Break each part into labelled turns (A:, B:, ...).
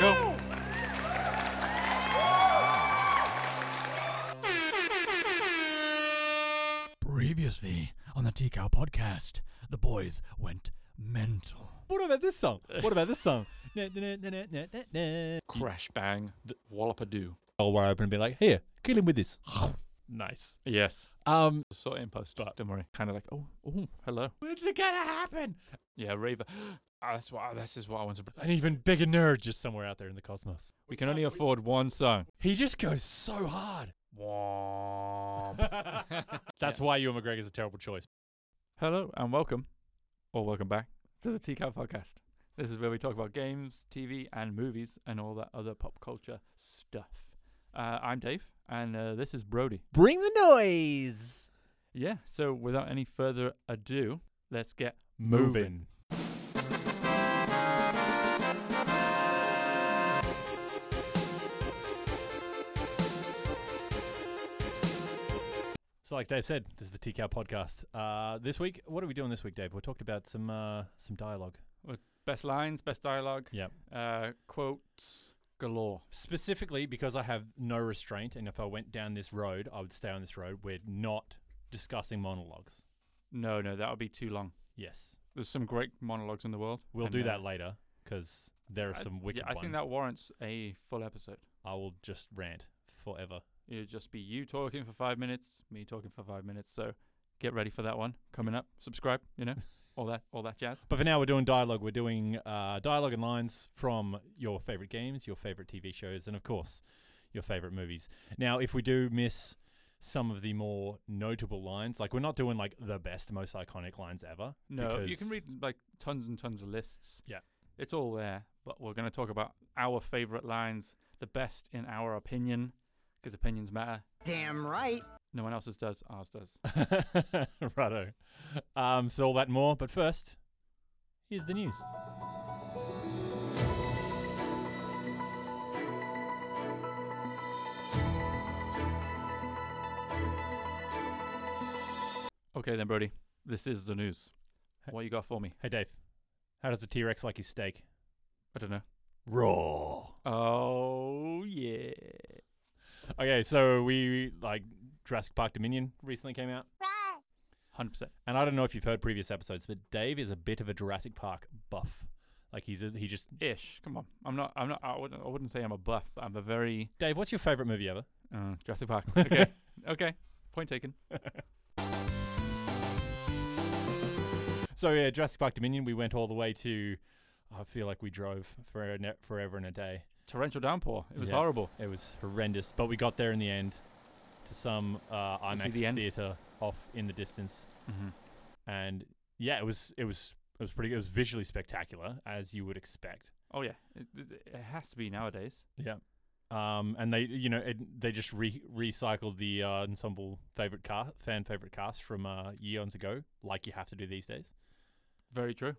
A: Go.
B: Previously on the T Cow podcast, the boys went mental.
C: What about this song? What about this song? Na, na, na, na, na, na, na.
A: Crash bang. th- Wallop-a-doo.
C: I'll wire open and be like, here, kill him with this. nice.
A: Yes.
C: Um,
A: So impost. Don't worry. Kind of like, oh, oh, hello.
C: when's it gonna happen?
A: Yeah, Raver. Ah, that's what. This is what I want to. br-
C: An even bigger nerd just somewhere out there in the cosmos.
A: We can only afford one song.
C: He just goes so hard.
A: Womp.
C: That's why Ewan McGregor's a terrible choice.
A: Hello and welcome, or welcome back to the Tea Cow Podcast. This is where we talk about games, TV, and movies, and all that other pop culture stuff. Uh, I'm Dave, and uh, this is Brody.
C: Bring the noise.
A: Yeah. So without any further ado, let's get moving.
C: Moving. So, like Dave said, this is the TCAL podcast. Uh, this week, what are we doing this week, Dave? We talked about some uh, some dialogue.
A: Best lines, best dialogue,
C: Yep.
A: uh, quotes galore.
C: Specifically because I have no restraint, and if I went down this road, I would stay on this road. We're not discussing monologues.
A: No, no, that would be too long.
C: Yes,
A: There's some great monologues in the world.
C: we'll
A: and,
C: do
A: uh,
C: that later because there are
A: I-
C: some wicked
A: yeah, I
C: ones.
A: think that warrants a full episode.
C: I will just rant forever.
A: It'll just be you talking for five minutes, me talking for five minutes. So get ready for that one coming up. Subscribe, you know, all that, all that jazz.
C: But for now, we're doing dialogue. We're doing uh, dialogue and lines from your favorite games, your favorite TV shows, and of course, your favorite movies. Now, if we do miss some of the more notable lines, like we're not doing like the best, most iconic lines ever.
A: No, you can
C: because-
A: read like tons and tons of lists.
C: Yeah.
A: it's all there. But we're going to talk about our favorite lines, the best in our opinion, because opinions matter.
D: Damn right.
A: No one else's does, ours does.
C: Righto. Um, so all that and more, but first, here's the news.
A: Okay, then Brody, this is the news.
C: Hey.
A: What you got for me?
C: Hey Dave, how does a T Rex like his steak?
A: I don't know.
C: Raw.
A: Oh yeah.
C: Okay, so we like Jurassic Park Dominion recently came out.
A: Hundred percent.
C: And I don't know if you've heard previous episodes, but Dave is a bit of a Jurassic Park buff. Like he's a, he just
A: Ish. Come on. I'm not. I'm not. I wouldn't, I wouldn't say I'm a buff, but I'm a very
C: Dave. What's your favorite movie ever?
A: uh, Jurassic Park. Okay. okay. Point taken.
C: So yeah, Jurassic Park Dominion. We went all the way to. I feel like we drove for a ne- forever and a day.
A: Torrential downpour. It was
C: Yeah.
A: horrible.
C: It was horrendous, but we got there in the end to some uh,
A: To see
C: IMAX
A: the end.
C: theater off in the distance,
A: Mm-hmm.
C: and yeah, it was it was it was pretty. It was visually spectacular as you would expect.
A: Oh yeah. It, it, it has to be nowadays.
C: Yeah. Um, and they, you know, it, they just re- recycled the uh, ensemble favorite cast, fan favorite cast from uh, years ago, like you have to do these days.
A: Very true.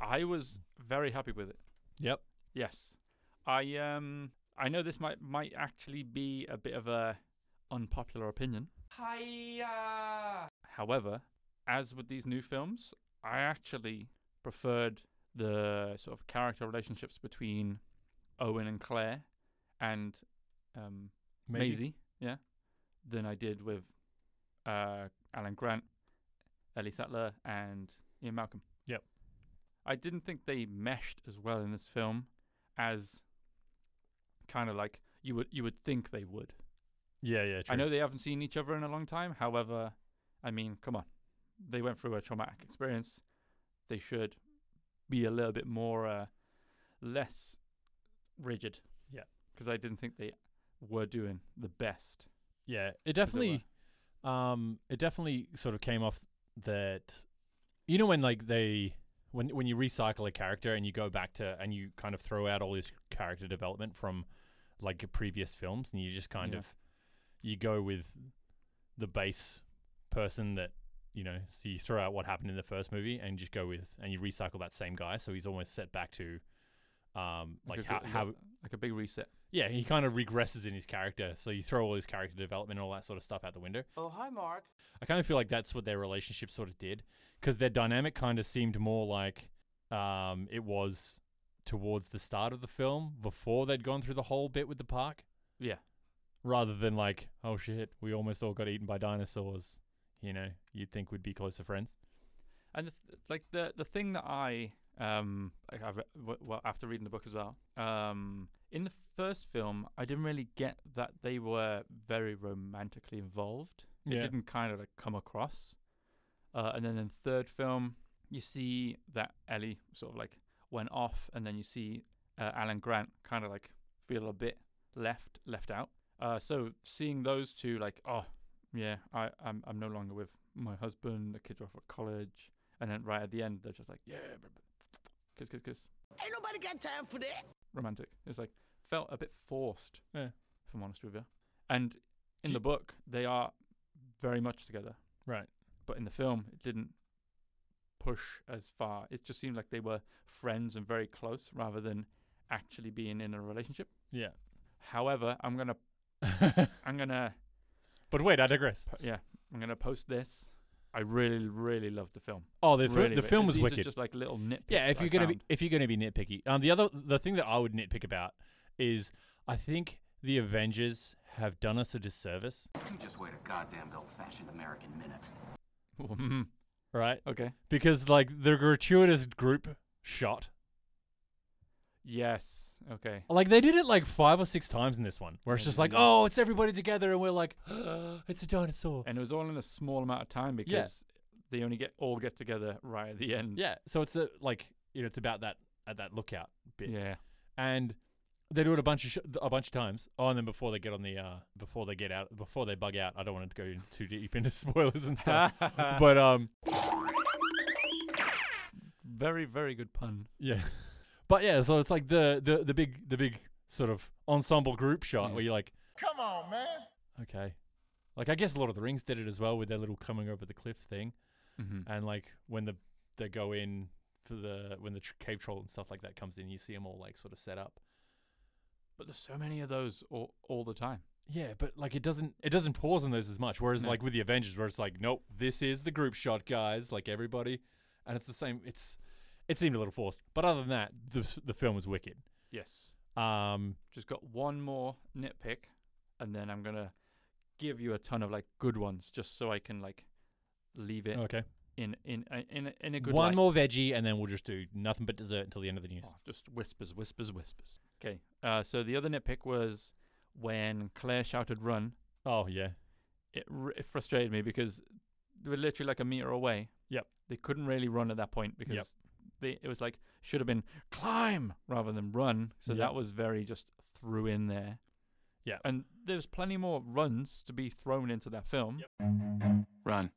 A: I was very happy with it.
C: Yep.
A: Yes. I um I know this might might actually be a bit of a unpopular opinion. However, as with these new films, I actually preferred the sort of character relationships between Owen and Claire and um Maisie, yeah, than I did with uh, Alan Grant, Ellie Sattler, and Ian Malcolm.
C: Yep.
A: I didn't think they meshed as well in this film as kind of like you would you would think they would.
C: Yeah, yeah. True.
A: I know they haven't seen each other in a long time. However, I mean, come on, they went through a traumatic experience. They should be a little bit more uh, less rigid.
C: Yeah.
A: because I didn't think they were doing the best.
C: Yeah, it
A: as it were.
C: definitely, um, it definitely sort of came off that, you know, when like they, when when you recycle a character and you go back to and you kind of throw out all this character development from like your previous films and you just kind
A: Yeah.
C: of you go with the base person that you know so you throw out what happened in the first movie and just go with and you recycle that same guy so he's almost set back to um, like
A: a
C: how,
A: gr-
C: how
A: like a big reset.
C: yeah he kind of regresses in his character. So you throw all his character development and all that sort of stuff out the window.
D: Oh, hi, Mark.
C: I kind of feel like that's what their relationship sort of did because their dynamic kind of seemed more like um, it was towards the start of the film before they'd gone through the whole bit with the park
A: Yeah,
C: rather than like, oh shit, we almost all got eaten by dinosaurs. You know, you'd think we'd be closer friends.
A: and the th- like the the thing that I um like I've re- w- well after reading the book as well um in the first film I didn't really get that they were very romantically involved. It
C: Yeah.
A: didn't kind of like come across. Uh, and then in the third film you see that Ellie sort of like went off, and then you see uh, Alan Grant kind of like feel a bit left left out. Uh, so seeing those two like oh yeah I I'm I'm no longer with my husband. The kids are off at college. And then right at the end, they're just like, yeah, br- br- kiss, kiss, kiss.
D: Ain't nobody got time for that.
A: Romantic. It's like, felt a bit forced,
C: Yeah.
A: if I'm honest with you. And in
C: Do-
A: the book, they are very much together.
C: Right.
A: But in the film, it didn't push as far. It just seemed like they were friends and very close rather than actually being in a relationship.
C: Yeah.
A: However, I'm going to, I'm going to,
C: but wait, I digress.
A: yeah, I'm going to post this. I really, really love the film.
C: Oh, the, fil-
A: really,
C: the
A: wi-
C: film was
A: these
C: wicked.
A: Are just like um, little nitpicks.
C: Yeah, if
A: I
C: you're gonna
A: found.
C: be if you're gonna be nitpicky, um, the other the thing that I would nitpick about is I think the Avengers have done us a disservice,
E: You just wait a goddamn old-fashioned American minute.
A: Mhm.
C: right?
A: okay.
C: Because like the gratuitous group shot,
A: Yes. Okay.
C: like they did it like five or six times in this one, where it's
A: Yeah,
C: just
A: they
C: like,
A: did.
C: oh, it's everybody together, and we're like, it's a dinosaur.
A: And it was all in a small amount of time because
C: Yeah.
A: they only get all get together right at the end.
C: Yeah, so it's a, like you know it's about that at that lookout bit,
A: Yeah.
C: and they do it a bunch of sh- a bunch of times. Oh, and then before they get on the uh before they get out before they bug out, I don't want to go in too deep into spoilers and stuff.
A: Uh,
C: but um
A: very, very good pun.
C: yeah but yeah so it's like the the, the big the big sort of ensemble group shot
A: Yeah.
C: where you're like
D: Come on, man.
C: okay like i guess lord of the rings did it as well with their little coming over the cliff thing
A: Mm-hmm.
C: and like when the they go in for the when the tr- cave troll and stuff like that comes in you see them all like sort of set up
A: But there's so many of those all, all the time.
C: yeah but like it doesn't it doesn't pause on those as much whereas
A: No.
C: like with the avengers where it's like nope this is the group shot guys like everybody and it's the same it's it seemed a little forced but other than that the, s- the film was wicked
A: Yes.
C: um
A: Just got one more nitpick, and then I'm gonna give you a ton of like good ones, just so I can like leave it
C: okay
A: in in a- in a, in a good
C: One
A: light.
C: more veggie, and then we'll just do nothing but dessert until the end of the news.
A: Oh, just whispers, whispers, whispers. Okay. Uh, so the other nitpick was when Claire shouted "run."
C: Oh, yeah.
A: It, r- it frustrated me because they were literally like a meter away.
C: Yep.
A: They couldn't really run at that point because they, it was like should have been climb rather than run. So
C: Yep.
A: that was very just threw in there.
C: Yep.
A: And there's plenty more runs to be thrown into that film.
E: Run.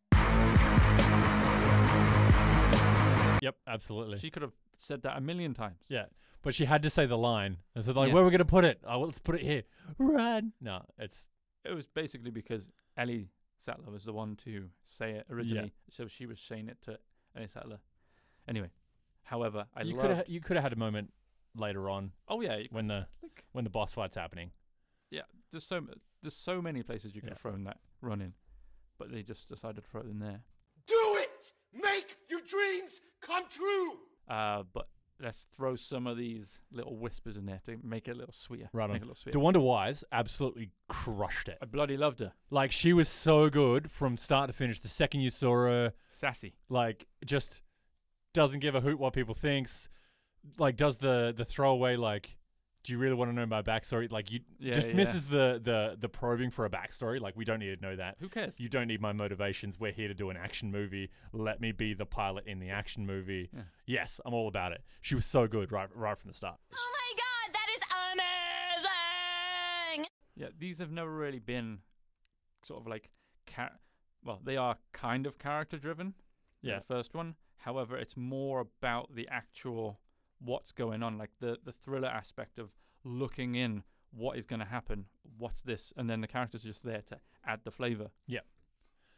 C: Yep, absolutely.
A: She could have said that a million times.
C: yeah, but she had to say the line. And so, like,
A: Yeah.
C: where are we going to put it? Oh, well, let's put it here. Run. No, it's.
A: It was basically because Ellie Sattler was the one to say it originally, so she was saying it to Ellie Sattler. Anyway, however, I
C: you
A: love.
C: could have you could have had a moment later on
A: oh yeah, you-
C: when the
A: like,
C: when the boss fight's happening.
A: there's so m- there's so many places you could
C: Yeah.
A: have thrown that run in, but they just decided to throw it in there.
D: Do it! Make your dreams come true!
A: Uh, but let's throw some of these little whispers in there to make it a little sweeter.
C: Right
A: make
C: on.
A: it a little sweeter.
C: DeWanda Wise absolutely crushed it.
A: I bloody loved her.
C: Like she was so good from start to finish. The second you saw her,
A: Sassy.
C: like just doesn't give a hoot what people thinks like does the the throwaway like do you really want to know my backstory like you
A: Yeah,
C: dismisses the the the probing for a backstory like we don't need to know that
A: Who cares?
C: you don't need my motivations we're here to do an action movie let me be the pilot in the action movie
A: Yeah.
C: yes i'm all about it she was so good right right from the start
F: Oh my god, that is amazing!
A: Yeah, these have never really been sort of like char- well, they are kind of character driven.
C: Yeah.
A: The first one. However, it's more about the actual what's going on, like the the thriller aspect of looking in what is going to happen, what's this, and then the characters are just there to add the flavor.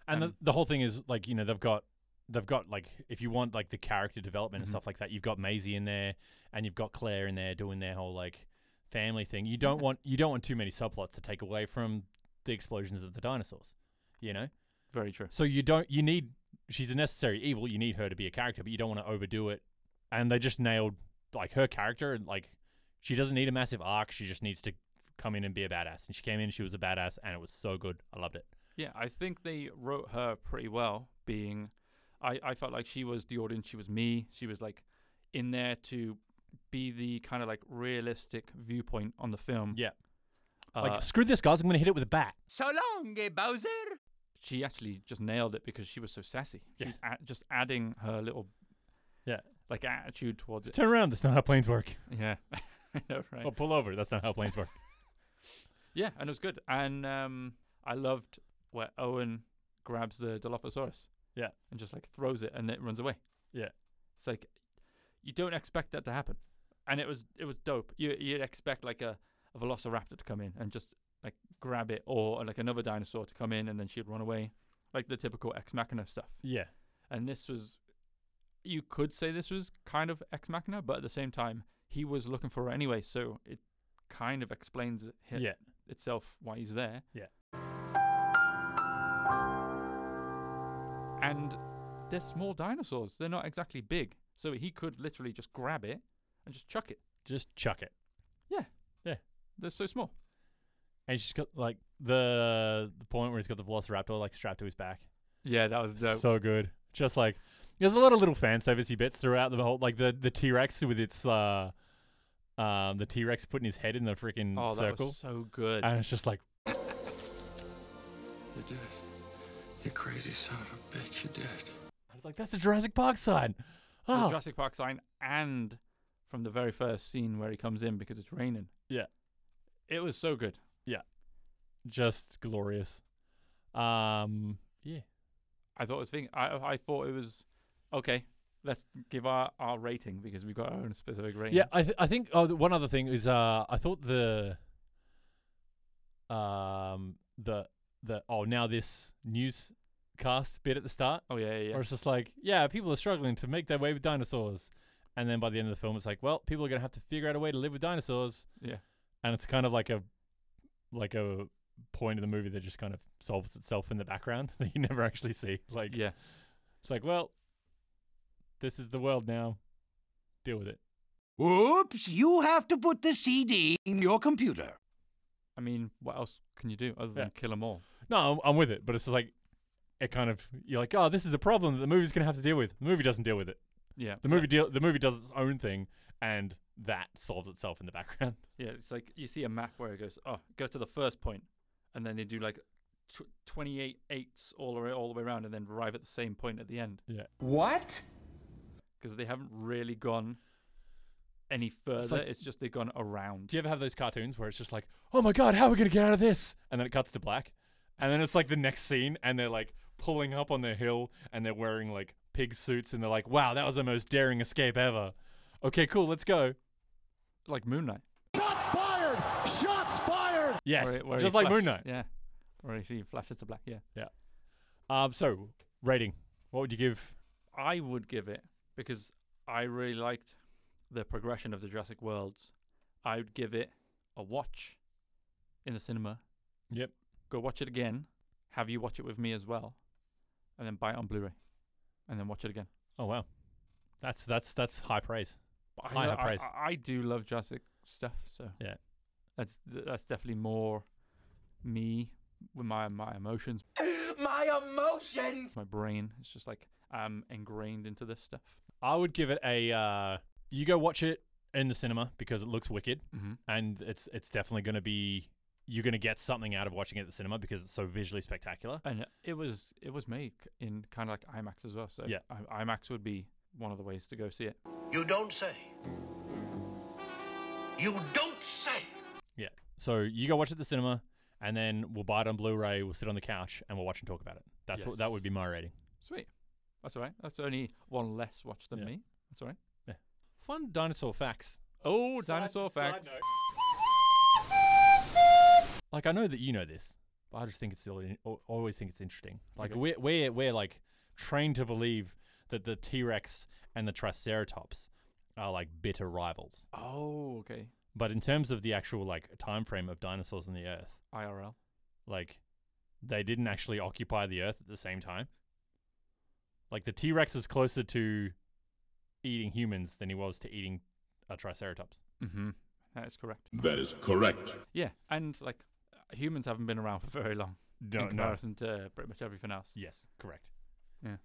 C: and the,
A: Um,
C: the whole thing is like you know they've got they've got like if you want like the character development
A: Mm-hmm.
C: and stuff like that, you've got Maisie in there and you've got Claire in there doing their whole like family thing. You don't want you don't want too many subplots to take away from the explosions of the dinosaurs. You know?
A: Very true.
C: So you don't you need she's a necessary evil, you need her to be a character, but you don't want to overdo it. And they just nailed like her character and like she doesn't need a massive arc, she just needs to come in and be a badass. And she came in, she was a badass and it was so good. I loved it.
A: Yeah, I think they wrote her pretty well. Being, I, I felt like she was the audience. She was me. She was like in there to be the kind of like realistic viewpoint on the film.
C: Yeah.
A: Uh,
C: like screw this guys, I'm going to hit it with a bat.
D: eh,
A: she actually just nailed it because she was so sassy.
C: Yeah.
A: She's a- just adding her little
C: Yeah.
A: like attitude towards it.
C: Turn around, that's not how planes work.
A: Yeah, I know, right?
C: Or pull over, that's not how planes work.
A: Yeah, and it was good. And um, I loved where Owen grabs the Dilophosaurus.
C: Yeah.
A: And just like throws it and it runs away.
C: Yeah.
A: It's like you don't expect that to happen. And it was it was dope. You you'd expect like a, a velociraptor to come in and just like grab it or like another dinosaur to come in and then she'd run away. Like the typical ex machina stuff.
C: Yeah.
A: And this was you could say this was kind of ex machina, but at the same time he was looking for her anyway, so it kind of explains it
C: Yeah.
A: itself why he's there.
C: Yeah.
A: And they're small dinosaurs. They're not exactly big. So he could literally just grab it and just chuck it.
C: Just chuck it.
A: They're so small.
C: And she's got like the the point where he's got the Velociraptor like strapped to his back.
A: Yeah, that was dope.
C: So good. Just like there's a lot of little fan servicey bits throughout the whole like the the T Rex with its uh um the T Rex putting his head in the freaking
A: oh, that
C: circle.
A: was so good.
C: and it's just like
F: You did it. You crazy son of a bitch, you did it.
C: I was like, that's a Jurassic Park sign.
A: The
C: Oh
A: Jurassic Park sign and from the very first scene where he comes in because it's raining.
C: Yeah.
A: It was so good.
C: just glorious. Um yeah.
A: I thought it was thing. I I thought it was okay. Let's give our, our rating because we've got our own specific rating.
C: Yeah, I th- I think oh, th- one other thing is uh I thought the um the the oh now this newscast bit at the start
A: Oh yeah, yeah. yeah.
C: Or it's just like, yeah, people are struggling to make their way with dinosaurs. And then by the end of the film, it's like, well, people are gonna have to figure out a way to live with dinosaurs.
A: Yeah.
C: And it's kind of like a, like a point of the movie that just kind of solves itself in the background that you never actually see. Like,
A: yeah.
C: it's like, well, this is the world now. Deal with it.
G: Whoops, you have to put the CD in your computer.
A: I mean, what else can you do other than
C: Yeah.
A: kill 'em all?
C: No, I'm, I'm with it, but it's just like, it kind of you're like, oh, this is a problem that the movie's gonna have to deal with. The movie doesn't deal with it.
A: Yeah,
C: The movie deal. The movie does its own thing, and that solves itself in the background.
A: Yeah, it's like you see a map where it goes, oh, go to the first point, and then they do like tw- 28 eights all the way all the way around, and then arrive at the same point at the end
C: Yeah.
A: because they haven't really gone any further. It's,
C: like-
A: just they've gone around.
C: Do you ever have those cartoons where it's just like, oh my god, how are we gonna get out of this? And then it cuts to black, and then it's like the next scene, and they're like pulling up on the hill, and they're wearing like pig suits, and they're like, wow, that was the most daring escape ever. Okay, cool, let's go.
A: Like Moon Knight,
C: Yes,
A: where it- where he
C: just like Moon
A: flash-
C: Knight.
A: Yeah, where he flashes to black. Yeah,
C: Um, so rating, what would you give?
A: I would give it because I really liked the progression of the Jurassic Worlds. I would give it a watch in the cinema.
C: Yep.
A: go watch it again. Have you watch it with me as well, and then buy it on Blu-ray, and then watch it again.
C: Oh wow, that's that's that's high praise.
A: But I,
C: High, high
A: I-
C: praise.
A: I, I do love Jurassic stuff, so
C: Yeah.
A: that's that's definitely more me with my my emotions,
D: My emotions!
A: my brain. It's just like I'm ingrained into this stuff.
C: I would give it a. Uh, you go watch it in the cinema because it looks wicked.
A: Mm-hmm.
C: and it's it's definitely going to be you're going to get something out of watching it at the cinema because it's so visually spectacular.
A: And it was it was made c- in kind of like IMAX as well, so
C: Yeah.
A: I, IMAX would be one of the ways to go see it.
G: You don't say. You don't say.
C: Yeah. So you go watch it at the cinema, and then we'll buy it on Blu-ray. We'll sit on the couch and we'll watch and talk about it. That's what that would be my rating.
A: Sweet, that's all right. That's only one less watch than
C: Yeah.
A: me. That's all right.
C: Fun dinosaur facts.
A: Oh, dinosaur facts.
C: Like I know that you know this, but I just think it's still in, al- always think it's interesting. Like
A: Okay.
C: we're we're we're like trained to believe that the T Rex and the Triceratops are like bitter rivals.
A: Oh, okay.
C: But in terms of the actual like time frame of dinosaurs on the Earth,
A: IRL.
C: like they didn't actually occupy the Earth at the same time. Like the T Rex is closer to eating humans than he was to eating a Triceratops.
A: Mm-hmm. That is correct.
H: That is correct.
A: Yeah, and like uh, humans haven't been around for very long in comparison to pretty much everything else.
C: Yes, correct.
A: Yeah.
C: I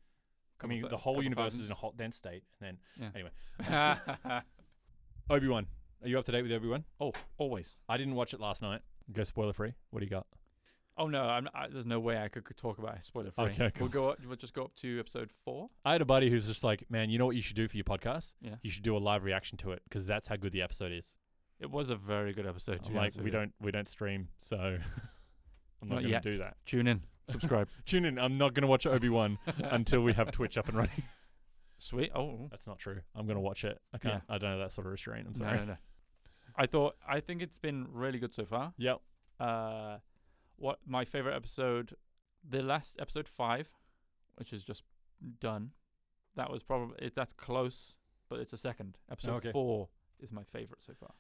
A: Couple
C: mean,
A: thou-
C: the whole
A: couple
C: universe is in a
A: thousands.
C: hot, dense state. And then,
A: Yeah.
C: anyway, Obi Wan, are you up to date with Obi Wan?
A: oh, always.
C: I didn't watch it last night. Go spoiler free. What do you got?
A: Oh no, I'm, I, there's no way I could, could talk about it spoiler free.
C: Okay, cool.
A: We'll go. Up, we'll just go up to episode four.
C: I had a buddy who's just like, man, you know what you should do for your podcast?
A: Yeah.
C: You should do a live reaction to it because that's how good the episode is.
A: It was a very good episode. to
C: I'm
A: be
C: like,
A: honest with
C: we
A: you.
C: don't we don't stream, so I'm not,
A: Not
C: going
A: yet.
C: to do that.
A: tune in, subscribe.
C: Tune in. I'm not going to watch Obi Wan until we have Twitch up and running.
A: Sweet. Oh
C: That's not true. I'm going to watch it. I can't. I don't have that sort of restraint. I'm
A: no,
C: sorry.
A: no, no. I thought. I think it's been really good so far.
C: Yep.
A: uh what my favorite episode the last episode 5 which is just done that was probably that's close but it's a second episode
C: Okay.
A: 4 is my favorite so far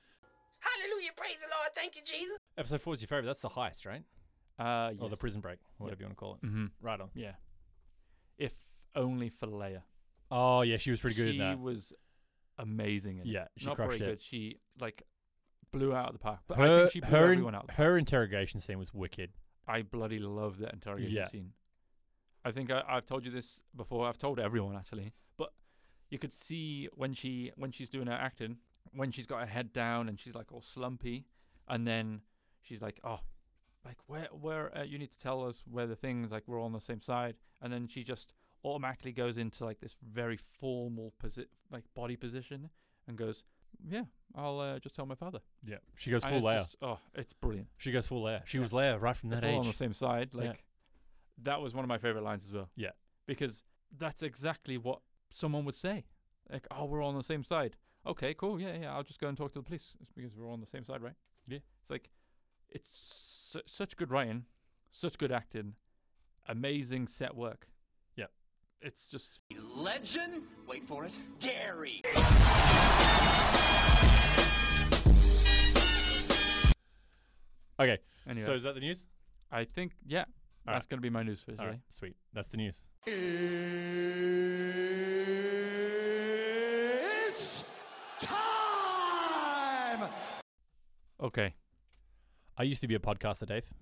D: Hallelujah, praise the Lord, thank you, Jesus.
C: Episode four is your favorite. That's the heist, right?
A: uh yes.
C: Or Oh, the prison break, whatever you want to call it.
A: mm-hmm.
C: Right on.
A: yeah if only for Leia
C: Oh yeah, she was pretty good
A: she
C: in that.
A: was amazing in it.
C: Yeah, she
A: not
C: crushed
A: very
C: it.
A: good she like blew out of the park but I
C: her
A: think she blew
C: her,
A: everyone out of the park.
C: her interrogation scene was wicked.
A: I bloody love that interrogation
C: Yeah.
A: scene. I think I, I've told you this before. I've told everyone actually, but you could see when she when she's doing her acting, when she's got her head down and she's like all slumpy, and then she's like, "Oh, like where where uh, you need to tell us where the things like we're all on the same side," and then she just automatically goes into like this very formal posi- like body position and goes, "Yeah, I'll uh, just tell my father."
C: Yeah, she goes
A: And
C: full
A: it's
C: Leia.
A: just- oh, it's brilliant
C: She goes full Leia. She was Leia right from that
A: they're all
C: age.
A: on the same side.
C: Yeah.
A: Like that was one of my favorite lines as well.
C: Yeah.
A: because that's exactly what someone would say. Like, oh, we're all on the same side. Okay, cool. Yeah, yeah. I'll just go and talk to the police. It's because we're all on the same side, right?
C: Yeah.
A: It's like it's su- such good writing, such good acting, amazing set work.
C: Yeah.
A: It's just
E: Legend? Wait for it. Dairy!
C: Okay,
A: anyway.
C: so is that the news?
A: I think yeah,
C: All right.
A: that's gonna be my news for today.
C: All right, sweet. That's the news.
D: It's time!
A: Okay.
C: I used to be a podcaster, Dave.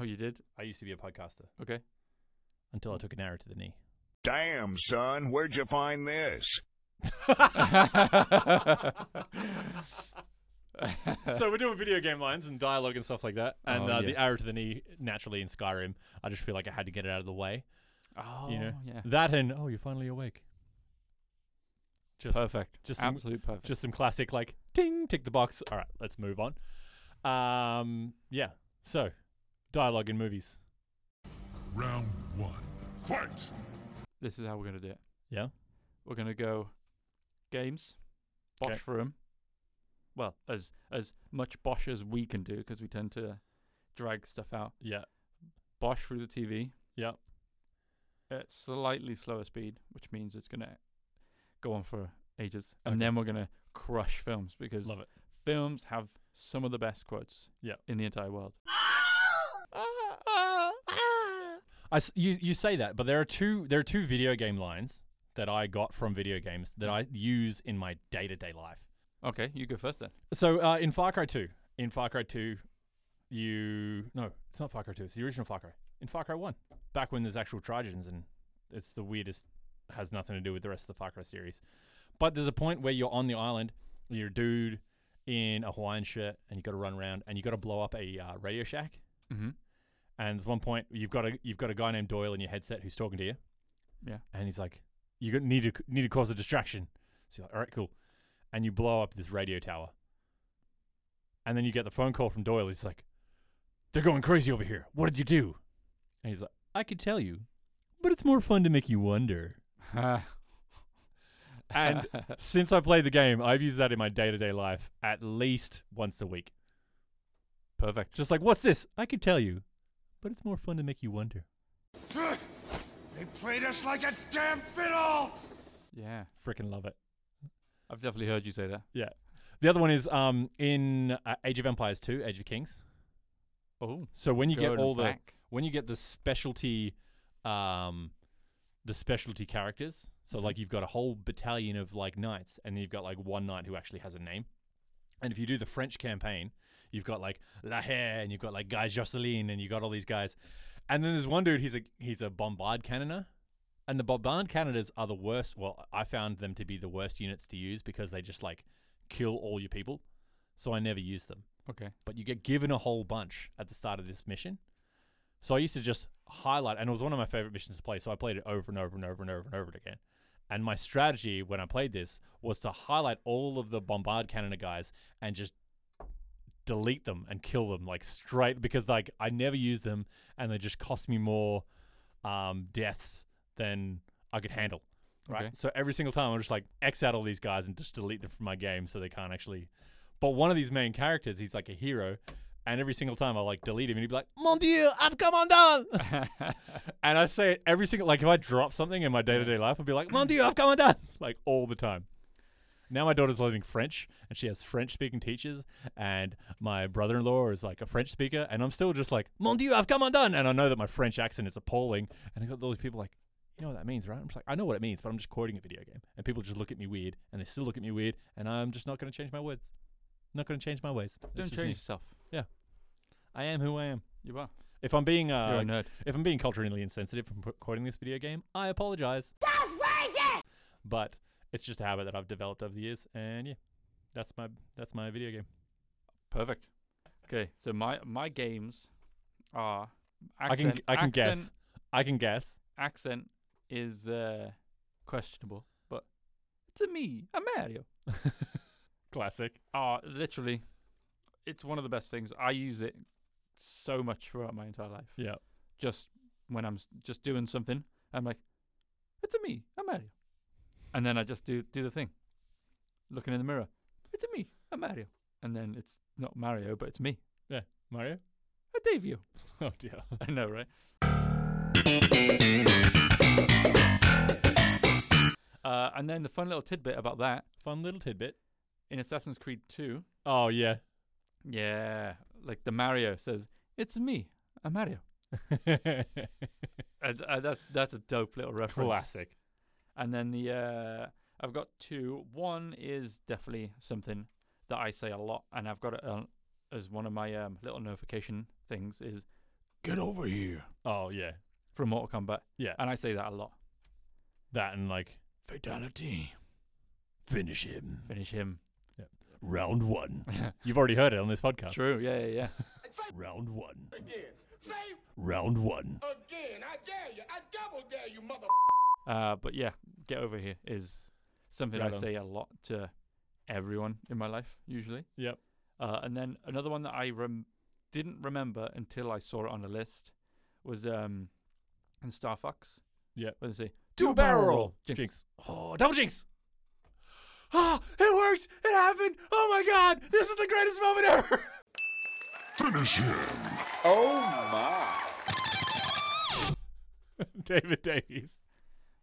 A: Oh, you did.
C: I used to be a podcaster
A: Okay.
C: until I took an arrow to the knee.
I: Damn, son, where'd you find this?
C: so we're doing video game lines and dialogue and stuff like that. And
A: Oh,
C: uh,
A: yeah.
C: the arrow to the knee naturally in Skyrim. I just feel like I had to get it out of the way.
A: Oh,
C: you know
A: yeah.
C: that and oh, you're finally awake. Just
A: Perfect.
C: just
A: Just
C: some-
A: absolute perfect.
C: just some classic like ding, tick the box. All right, let's move on. Um, yeah. So dialogue in movies.
H: Round one. Fight!
A: this is how we're gonna do it.
C: Yeah.
A: We're gonna go games, Bosch
C: 'Kay.
A: for 'em. Well, as as much Bosch as we can do because we tend to drag stuff out.
C: Yeah.
A: Bosch through the TV
C: Yeah.
A: at slightly slower speed, which means it's gonna go on for ages,
C: Okay.
A: and then we're gonna crush films because
C: Love it.
A: films have some of the best quotes
C: Yeah.
A: in the entire world.
C: I s- you you say that, but there are two there are two video game lines that I got from video games that I use in my day to day life.
A: Okay, you go first then.
C: So uh, in Far Cry 2, in Far Cry 2, you no, it's not Far Cry 2. It's the original Far Cry. In Far Cry 1, back when there's actual Trojans and it's the weirdest, has nothing to do with the rest of the Far Cry series. But there's a point where you're on the island, you're a dude in a Hawaiian shirt, and you got to run around and you got to blow up a uh, Radio Shack.
A: Mhm.
C: And there's one point you've got a you've got a guy named Doyle in your headset who's talking to you.
A: Yeah.
C: And he's like, "You got- need to need to cause a distraction." So you're like, "All right, cool." And you blow up this radio tower. And then you get the phone call from Doyle. He's like, "They're going crazy over here. What did you do?" And he's like, "I could tell you, but it's more fun to make you wonder." Mm-hmm. And since I played the game, I've used that in my day-to-day life at least once a week.
A: Perfect.
C: Just like, "What's this?" I could tell you, but it's more fun to make you wonder.
D: They
H: played us like a damn fiddle!
A: Yeah,
C: Freaking love it.
A: I've definitely heard you say that.
C: Yeah. The other one is um in uh, Age of Empires 2, Age of Kings.
A: Oh,
C: So when you get
A: Going
C: all the
A: back.
C: when you get the specialty, um, the specialty characters. So like you've got a whole battalion of like knights, and then you've got like one knight who actually has a name. And if you do the French campaign, you've got like La Haye, and you've got like Guy Jocelyn, and you got all these guys. And then there's one dude. He's a he's a bombard cannoner. And the bombard cannoners are the worst. Well, I found them to be the worst units to use because they just like kill all your people. So I never use them
A: okay.
C: but you get given a whole bunch at the start of this mission. So I used to just highlight, and it was one of my favorite missions to play. So I played it over and over and over and over and over again. And my strategy when I played this was to highlight all of the bombard cannoner guys and just delete them and kill them like straight because like I never used them and they just cost me more um, deaths than I could handle. Right.
A: Okay.
C: So every single time I'm just like X out all these guys and just delete them from my game so they can't actually. But one of these main characters, he's like a hero, and every single time I like delete him and he'd be like, "Mon Dieu, I've come on down." and I say it every single like if I drop something in my day to day life, I'd be like, "Mon Dieu, I've come on down," like all the time. Now my daughter's learning French and she has French speaking teachers and my brother in law is like a French speaker and I'm still just like, Mon Dieu, I've come undone and I know that my French accent is appalling and I got all these people like, You know what that means, right? I'm just like, I know what it means, but I'm just quoting a video game. And people just look at me weird and they still look at me weird and I'm just not gonna change my words. Not gonna change my ways. It's
A: Don't
C: just me.
A: change yourself.
C: I am who I am.
A: You are.
C: If I'm being uh,
A: You're a nerd.
C: if I'm being culturally insensitive from qu- quoting this video game, I apologize. But it's just a habit that I've developed over the years, and yeah, that's my that's my video game.
A: Perfect. Okay, so my my games are. Accent,
C: I can g- I can
A: accent,
C: guess. I can guess.
A: Accent is uh, questionable, but to me, a Mario.
C: Classic.
A: Oh, literally, it's one of the best things. I use it so much throughout my entire life.
C: Yeah.
A: Just when I'm s- just doing something, I'm like, "It's a me, I'm Mario," and then I just do do the thing, looking in the mirror. It's a me, I'm Mario, and then it's not Mario, but it's me,
C: Yeah. Mario.
A: a Davio.
C: Oh dear.
A: I know, right? Uh, and then the fun little tidbit about that
C: Fun little tidbit.
A: in Assassin's Creed 2,
C: Oh yeah.
A: yeah, like the Mario says, "It's me, I'm Mario." Uh, th- uh, that's that's a dope little reference.
C: Classic.
A: And then the uh, I've got two. One is definitely something that I say a lot, and I've got it on, as one of my um, little notification things is
B: Get over here.
C: Oh yeah.
A: from Mortal Kombat,
C: Yeah.
A: and I say that a lot.
C: That and like
B: Fatality. Finish him.
A: Finish him.
B: Round one.
C: you've already heard it on this podcast.
A: True. Yeah, yeah, yeah.
B: Round one.
D: Again. Say
B: Round one.
D: again. I dare you. I double dare you, mother.
A: Uh, but yeah, get over here is something
C: Right
A: I
C: on.
A: say a lot to everyone in my life usually.
C: Yep.
A: Uh, and then another one that I rem- didn't remember until I saw it on the list was um, in Star Fox.
C: Yep.
A: Where they say
C: Do a barrel roll.
A: Jinx.
C: Oh, double jinx. Ah, it worked. It happened. Oh my god, this is the greatest moment ever.
H: Finish him!
C: David Davies.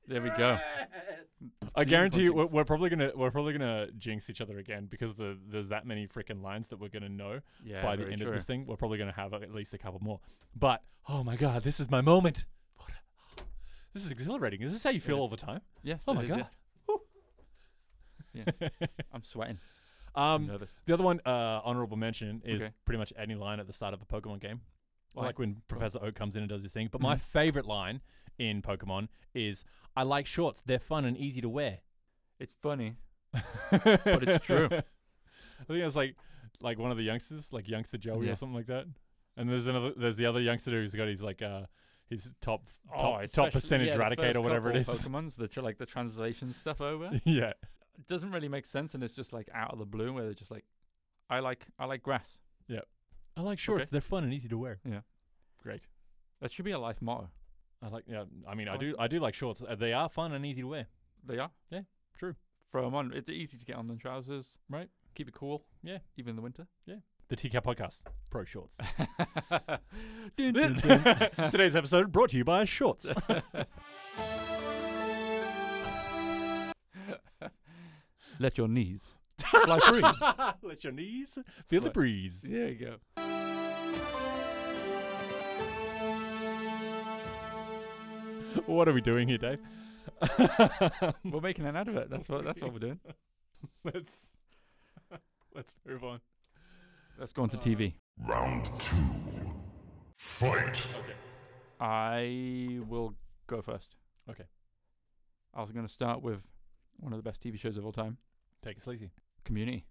A: There we go.
C: I guarantee you, we're,
A: jinx.
C: we're probably gonna we're probably gonna jinx each other again because the, there's that many freaking lines that we're gonna know
A: Yeah,
C: by the
A: very
C: end
A: true.
C: of this thing. We're probably gonna have at least a couple more. But oh my god, this is my moment. This is exhilarating. Is this how you feel all the time?
A: Yes.
C: Oh
A: it
C: my
A: is,
C: god.
A: Yeah. Yeah. I'm sweating. I'm
C: Um,
A: nervous.
C: The other one, uh, honorable mention, is
A: Okay.
C: pretty much any line at the start of a Pokemon game. I
A: Like- Mm-hmm.
C: Like when Professor Oak comes in and does his thing. But my favorite line in Pokemon is, "I like shorts. They're fun and easy to wear."
A: It's funny.
C: but
A: it's true.
C: I think that's like like one of the youngsters, like youngster Joey
A: Yeah.
C: or something like that. And there's another, there's the other youngster who's got his like uh his top
A: Oh,
C: top, top
A: especially-
C: percentage
A: yeah, the
C: Raticate
A: first
C: or whatever it is.
A: couple Pokemon's the tr- like the translation stuff over.
C: yeah,
A: doesn't really make sense, and it's just like out of the blue where they're just like, I like I like grass.
C: I like shorts. They're fun and easy to wear.
A: Yeah.
C: great.
A: That should be a life motto.
C: I like. Yeah, I mean, I
A: like
C: do I do like shorts. Uh, They are fun and easy to wear.
A: They are.
C: Yeah, true.
A: Throw 'em on. It's easy to get on than trousers.
C: Right.
A: Keep it cool.
C: Yeah.
A: Even in the winter.
C: The TCAP podcast. Pro shorts.
A: Dun, dun, dun.
C: Today's episode brought to you by Shorts.
A: Let your knees fly free.
C: Let your knees feel the
A: Fly-
C: breeze.
A: there you go.
C: What are we doing here, Dave?
A: We're making an advert. That's what. That's what we're doing.
C: let's let's move on.
A: Let's go on to TV.
H: Round two. Fight.
A: I will go first.
C: Okay.
A: I was going to start with one of the best TV shows of all time,
C: Take it sleazy.
A: Community.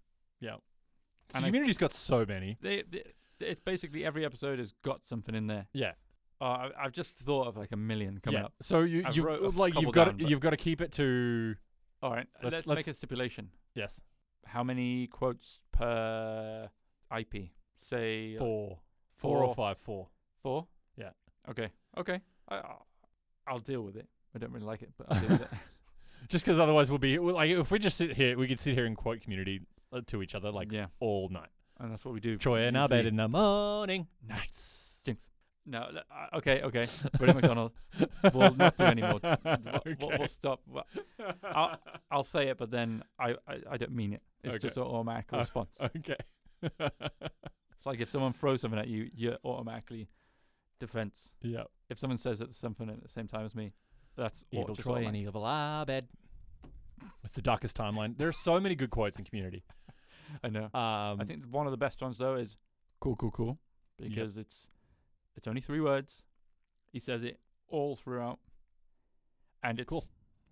A: And I-
C: Community's got so many.
A: They, they, it's basically every episode has got something in there.
C: Yeah,
A: Oh, I, I've just thought of like a million coming
C: yeah.
A: up.
C: So you
A: I've
C: you
A: wrote a
C: like
A: couple
C: you've got
A: down,
C: to,
A: but-
C: you've got to keep it to
A: All right,
C: Let's-
A: let's
C: let's-
A: make a stipulation.
C: yes
A: How many quotes per IP? Say like,
C: four four or
A: four.
C: five four.
A: four?
C: Yeah.
A: Okay. Okay. I, I'll- I'll deal with it. I don't really like it, but I'll deal with it.
C: Just because otherwise we'll be well, like if we just sit here we could sit here and quote community uh, to each other like
A: yeah,
C: all night.
A: and that's what we do.
C: Troy and I bed
A: usually.
C: in the morning.
A: Nice. Jinx. No, l- uh, okay, okay. We're at McDonald's. We'll not do any more. We'll, we'll- we'll
C: Okay.
A: stop. Well, I'll, I'll say it, but then I, I, I don't mean it. It's
C: Okay.
A: just an automatic
C: Uh,
A: response.
C: Okay.
A: It's like if someone throws something at you, you're automatically defense.
C: yeah.
A: If someone says it something at the same time as me, that's
C: Evil
A: just
C: Troy and
A: automatic.
C: Evil Abed. It's the darkest timeline. There are so many good quotes in community.
A: I know.
C: Um,
A: I think one of the best ones though is "cool, cool, cool" because it's it's only three words. He says it all throughout, and it's
C: Cool.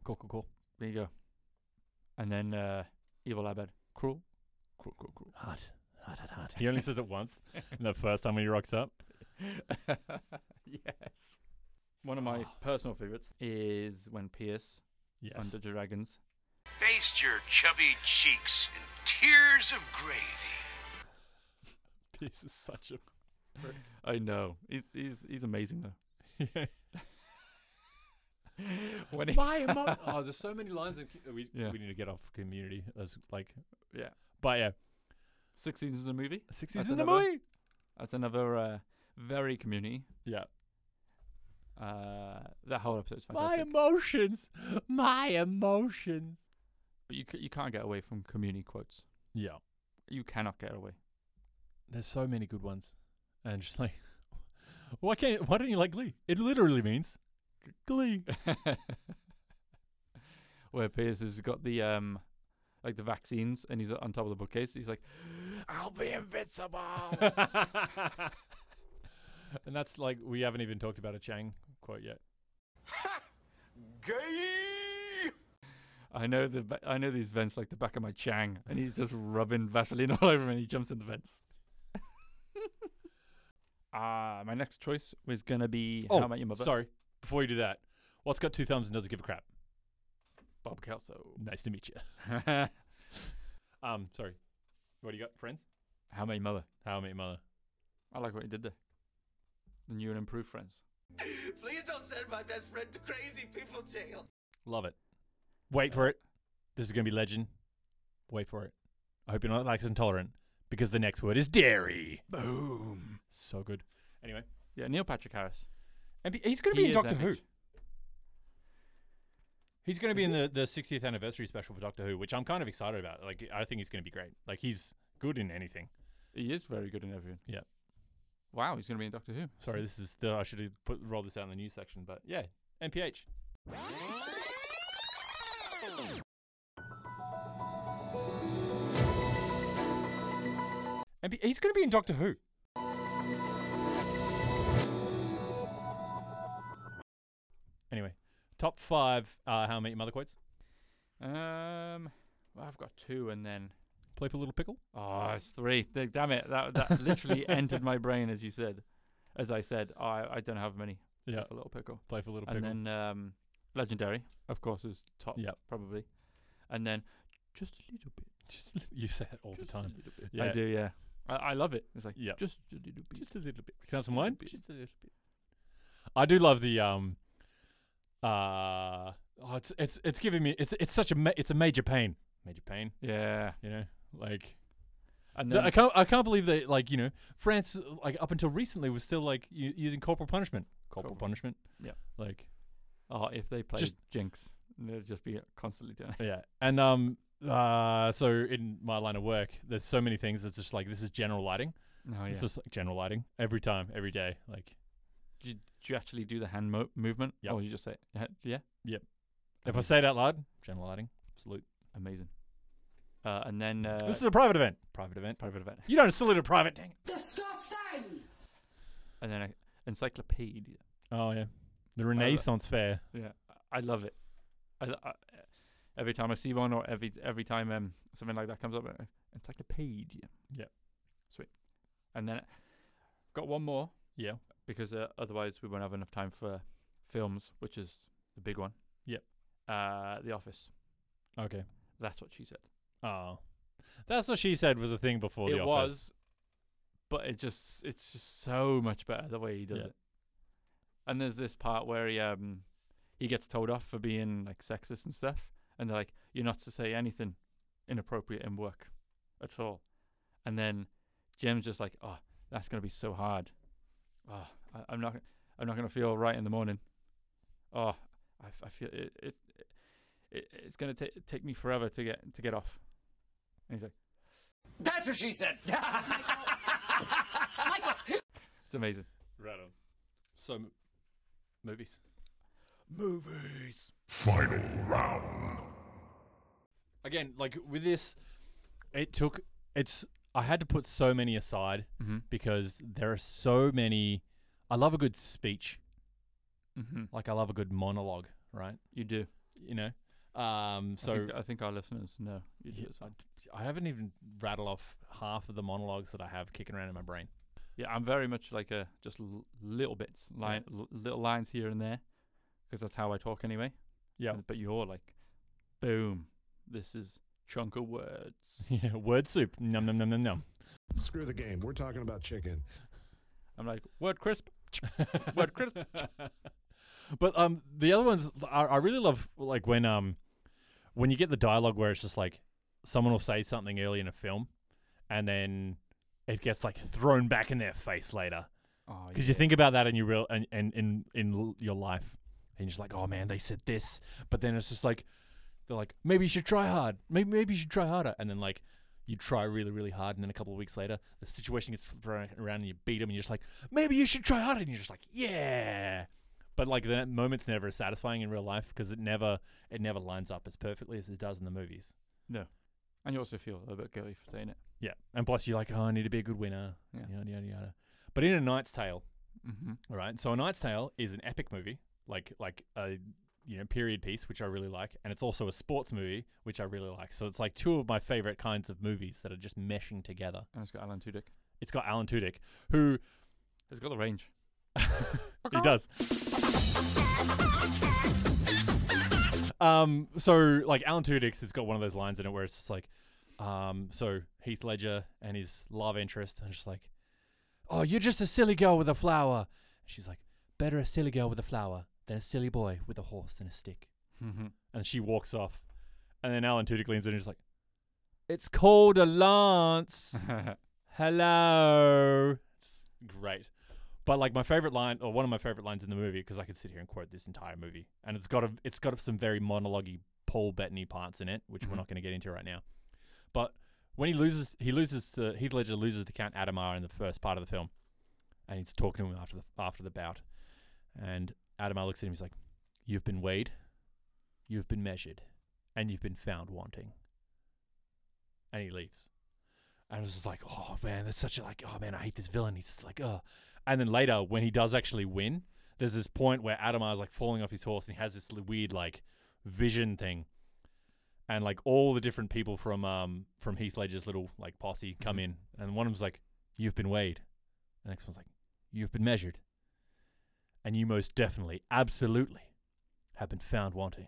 C: cool, cool, cool.
A: There you go. And then uh, Evil Abed, cruel.
C: Cool, cool, cool. Hot, hot, hot, hot. He only says it once. and the first time when he rocks up.
A: yes. One of my personal favorites Ah. is when Pierce
C: Yes.
A: under Dragons.
E: Baste your chubby cheeks in tears of gravy.
C: This is such a.
A: I know he's he's he's amazing though. When he,
C: My emo- oh, there's so many lines in. co- We
A: Yeah.
C: we need to get off community. That's like,
A: yeah,
C: but yeah,
A: six seasons of the movie.
C: six
A: That's
C: seasons in the
A: another-
C: movie.
A: That's another uh, very community.
C: Yeah,
A: Uh, that whole episode's
C: my
A: fantastic.
C: emotions, my emotions.
A: but you c- you can't get away from community quotes.
C: Yeah,
A: You cannot get away.
C: there's so many good ones, and just like, why can't? Why don't you like Glee? It literally means Glee.
A: where Pierce has got the um like the vaccines and he's on top of the bookcase. He's like, I'll be invincible.
C: and that's like we haven't even talked about a Chang quote yet.
A: I know the ba- I know these vents like the back of my chang, and he's just rubbing Vaseline all over him, and he jumps in the vents. Ah, my next choice was gonna be How About Your Mother.
C: Oh, sorry. Before you do that, what's got two thumbs and doesn't give a crap?
A: Bob Kelso.
C: Nice to meet you.
A: How
C: Um, sorry. What do you got? Friends?
A: About Your Mother.
C: How I Met Your Mother.
A: I like what he did there. The new and improved friends.
E: Please don't send my best friend to crazy people jail.
C: Love it. Wait for it. This is gonna be legend. Wait for it. I hope you're not lactose intolerant because the next word is dairy. Boom. So good. Anyway,
A: Yeah, Neil Patrick Harris.
C: and be, he's gonna
A: He is MH.
C: He's going to be in the, the 60th anniversary special for Doctor Who, which I'm kind of excited about. Like, I think he's going to be great. Like, he's good in anything.
A: He is very good in everything.
C: Yeah.
A: Wow, he's gonna be in Doctor Who.
C: Sorry, this is the I should have put roll this out in the news section, but yeah, NPH. NP- he's going to be in Doctor Who. Anyway, top five uh, How I Met Your Mother quotes.
A: Um, well, I've got two, and then
C: Play for Little Pickle.
A: oh, it's three. Th- Damn it! That that literally entered my brain as you said, as I said. Oh, I I don't have many.
C: Yeah,
A: for little pickle.
C: play for Little
A: And
C: Pickle.
A: then um, legendary, of course, is top.
C: Yep.
A: probably. And then just a little bit.
C: Just, you say it all the
A: just a
C: time.
A: little bit. I
C: Yeah.
A: do. Yeah. I, I love it. It's like
C: Yep.
A: just a little bit.
C: Just a little bit. Can I have some wine?
A: bit.
C: Just a little bit. I do love the um. Uh, oh, it's it's it's giving me it's it's such a ma- it's a major pain. Major pain,
A: yeah.
C: you know, like
A: And
C: th-
A: then
C: I can't I can't believe that like you know France like up until recently was still like u- using corporal punishment. Corporal,
A: Corporal
C: punishment.
A: Yep.
C: Like
A: oh, if they play
C: Just-
A: Jinx, they'll just be constantly doing. it.
C: yeah, and um uh, so in my line of work, there's so many things. It's just like this is general lighting.
A: No, Oh, yeah.
C: It's just like general lighting every time, every day. Like
A: do, you, do you actually do the hand mo- movement?
C: Yep.
A: Or you just say, yeah, yeah?
C: if I say it out loud, general lighting, salute.
A: Amazing. Uh, and then uh,
C: this is a private event. Private event.
A: private event.
C: You don't salute a private. Dang. it.
A: And then a encyclopedia.
C: Oh yeah, the Renaissance Fair.
A: Yeah, I love it. I, lo- I- every time I see one, or every every time um, something like that comes up, uh, encyclopedia.
C: Yep.
A: sweet. And then got one more
C: Yeah.
A: because uh, otherwise we won't have enough time for films, which is the big one.
C: Yep.
A: Uh, The Office.
C: Okay.
A: That's what she said.
C: Oh, that's what she said was a thing before
A: it
C: the office.
A: was, but it just it's just so much better the way he does
C: Yeah.
A: it. And there's this part where he um he gets told off for being like sexist and stuff, and they're like, "You're not to say anything inappropriate in work at all." And then Jim's just like, "Oh, that's gonna be so hard. Oh, I, I'm not I'm not gonna feel right in the morning. Oh, I, f- I feel it." it it, it's gonna ta take me forever to get to get off. And he's like,
D: That's what she said.
A: "It's amazing."
C: Right on. So, m- movies.
H: Final round.
C: Again, like with this, it took. It's. I had to put so many aside because there are so many. I love a good speech.
A: Mhm.
C: Like I love a good monologue, right?
A: You do.
C: Mm-hmm. You know. Um.
A: So I
C: So
A: think, I think our listeners know. You do
C: Yeah,
A: as well.
C: I, I haven't even rattled off half of the monologues that I have kicking around in my brain.
A: Yeah, I'm very much like a just l- little bits, line, l- little lines here and there, because that's how I talk anyway.
C: Yeah.
A: And- But you're like, boom, this is chunk of words.
C: yeah. Word soup. Num num num num num.
J: Screw the game. We're talking about chicken.
A: I'm like word crisp, word crisp.
C: But um, the other ones I, I really love like when um, when you get the dialogue where it's just like someone will say something early in a film, and then it gets like thrown back in their face later
A: Oh,
C: because you think about that in your real and in, in in l- your life, and you're just like, oh man, they said this, but then it's just like they're like, maybe you should try hard, maybe maybe you should try harder, and then like. You try really, really hard, and then a couple of weeks later, the situation gets thrown around, and you beat them, and you're just like, maybe you should try harder, and you're just like, yeah but like that moment's never as satisfying in real life because it never it never lines up as perfectly as it does in the movies.
A: and you also feel a little bit guilty for saying it.
C: Yeah, and plus you're like, oh, I need to be a good winner.
A: Yeah.
C: Yada yada yada. But in A Knight's Tale,
A: Mm-hmm.
C: all right. So A Knight's Tale is an epic movie, like like a you know period piece, which I really like, and it's also a sports movie, which I really like. So it's like two of my favorite kinds of movies that are just meshing together.
A: And it's got Alan Tudyk.
C: It's got Alan Tudyk, who
A: It's got the range.
C: he does. Um, so like Alan Tudyk's has got one of those lines in it where it's just like, um, so Heath Ledger and his love interest and just like, oh, you're just a silly girl with a flower. She's like, better a silly girl with a flower than a silly boy with a horse and a stick. And she walks off, and then Alan Tudyk leans in and is like, it's called a lance. Hello. It's great. But like my favorite line, or one of my favorite lines in the movie, because I could sit here and quote this entire movie, and it's got a, it's got some very monologue Paul Bettany parts in it, which we're not going to get into right now. But when he loses, he loses to Heath Ledger loses to Count Adamar in the first part of the film, and he's talking to him after the after the bout, and Adamar looks at him, he's like, "You've been weighed, you've been measured, and you've been found wanting," and he leaves. And I was just like, oh man, that's such a like, oh man, I hate this villain. He's just like, oh. And then later, when he does actually win, there's this point where Adamar is like falling off his horse and he has this l- weird like vision thing. And like all the different people from um from Heath Ledger's little like posse come in, and one of them's like, "You've been weighed," the next one's like, "You've been measured," and you most definitely, absolutely, have been found wanting.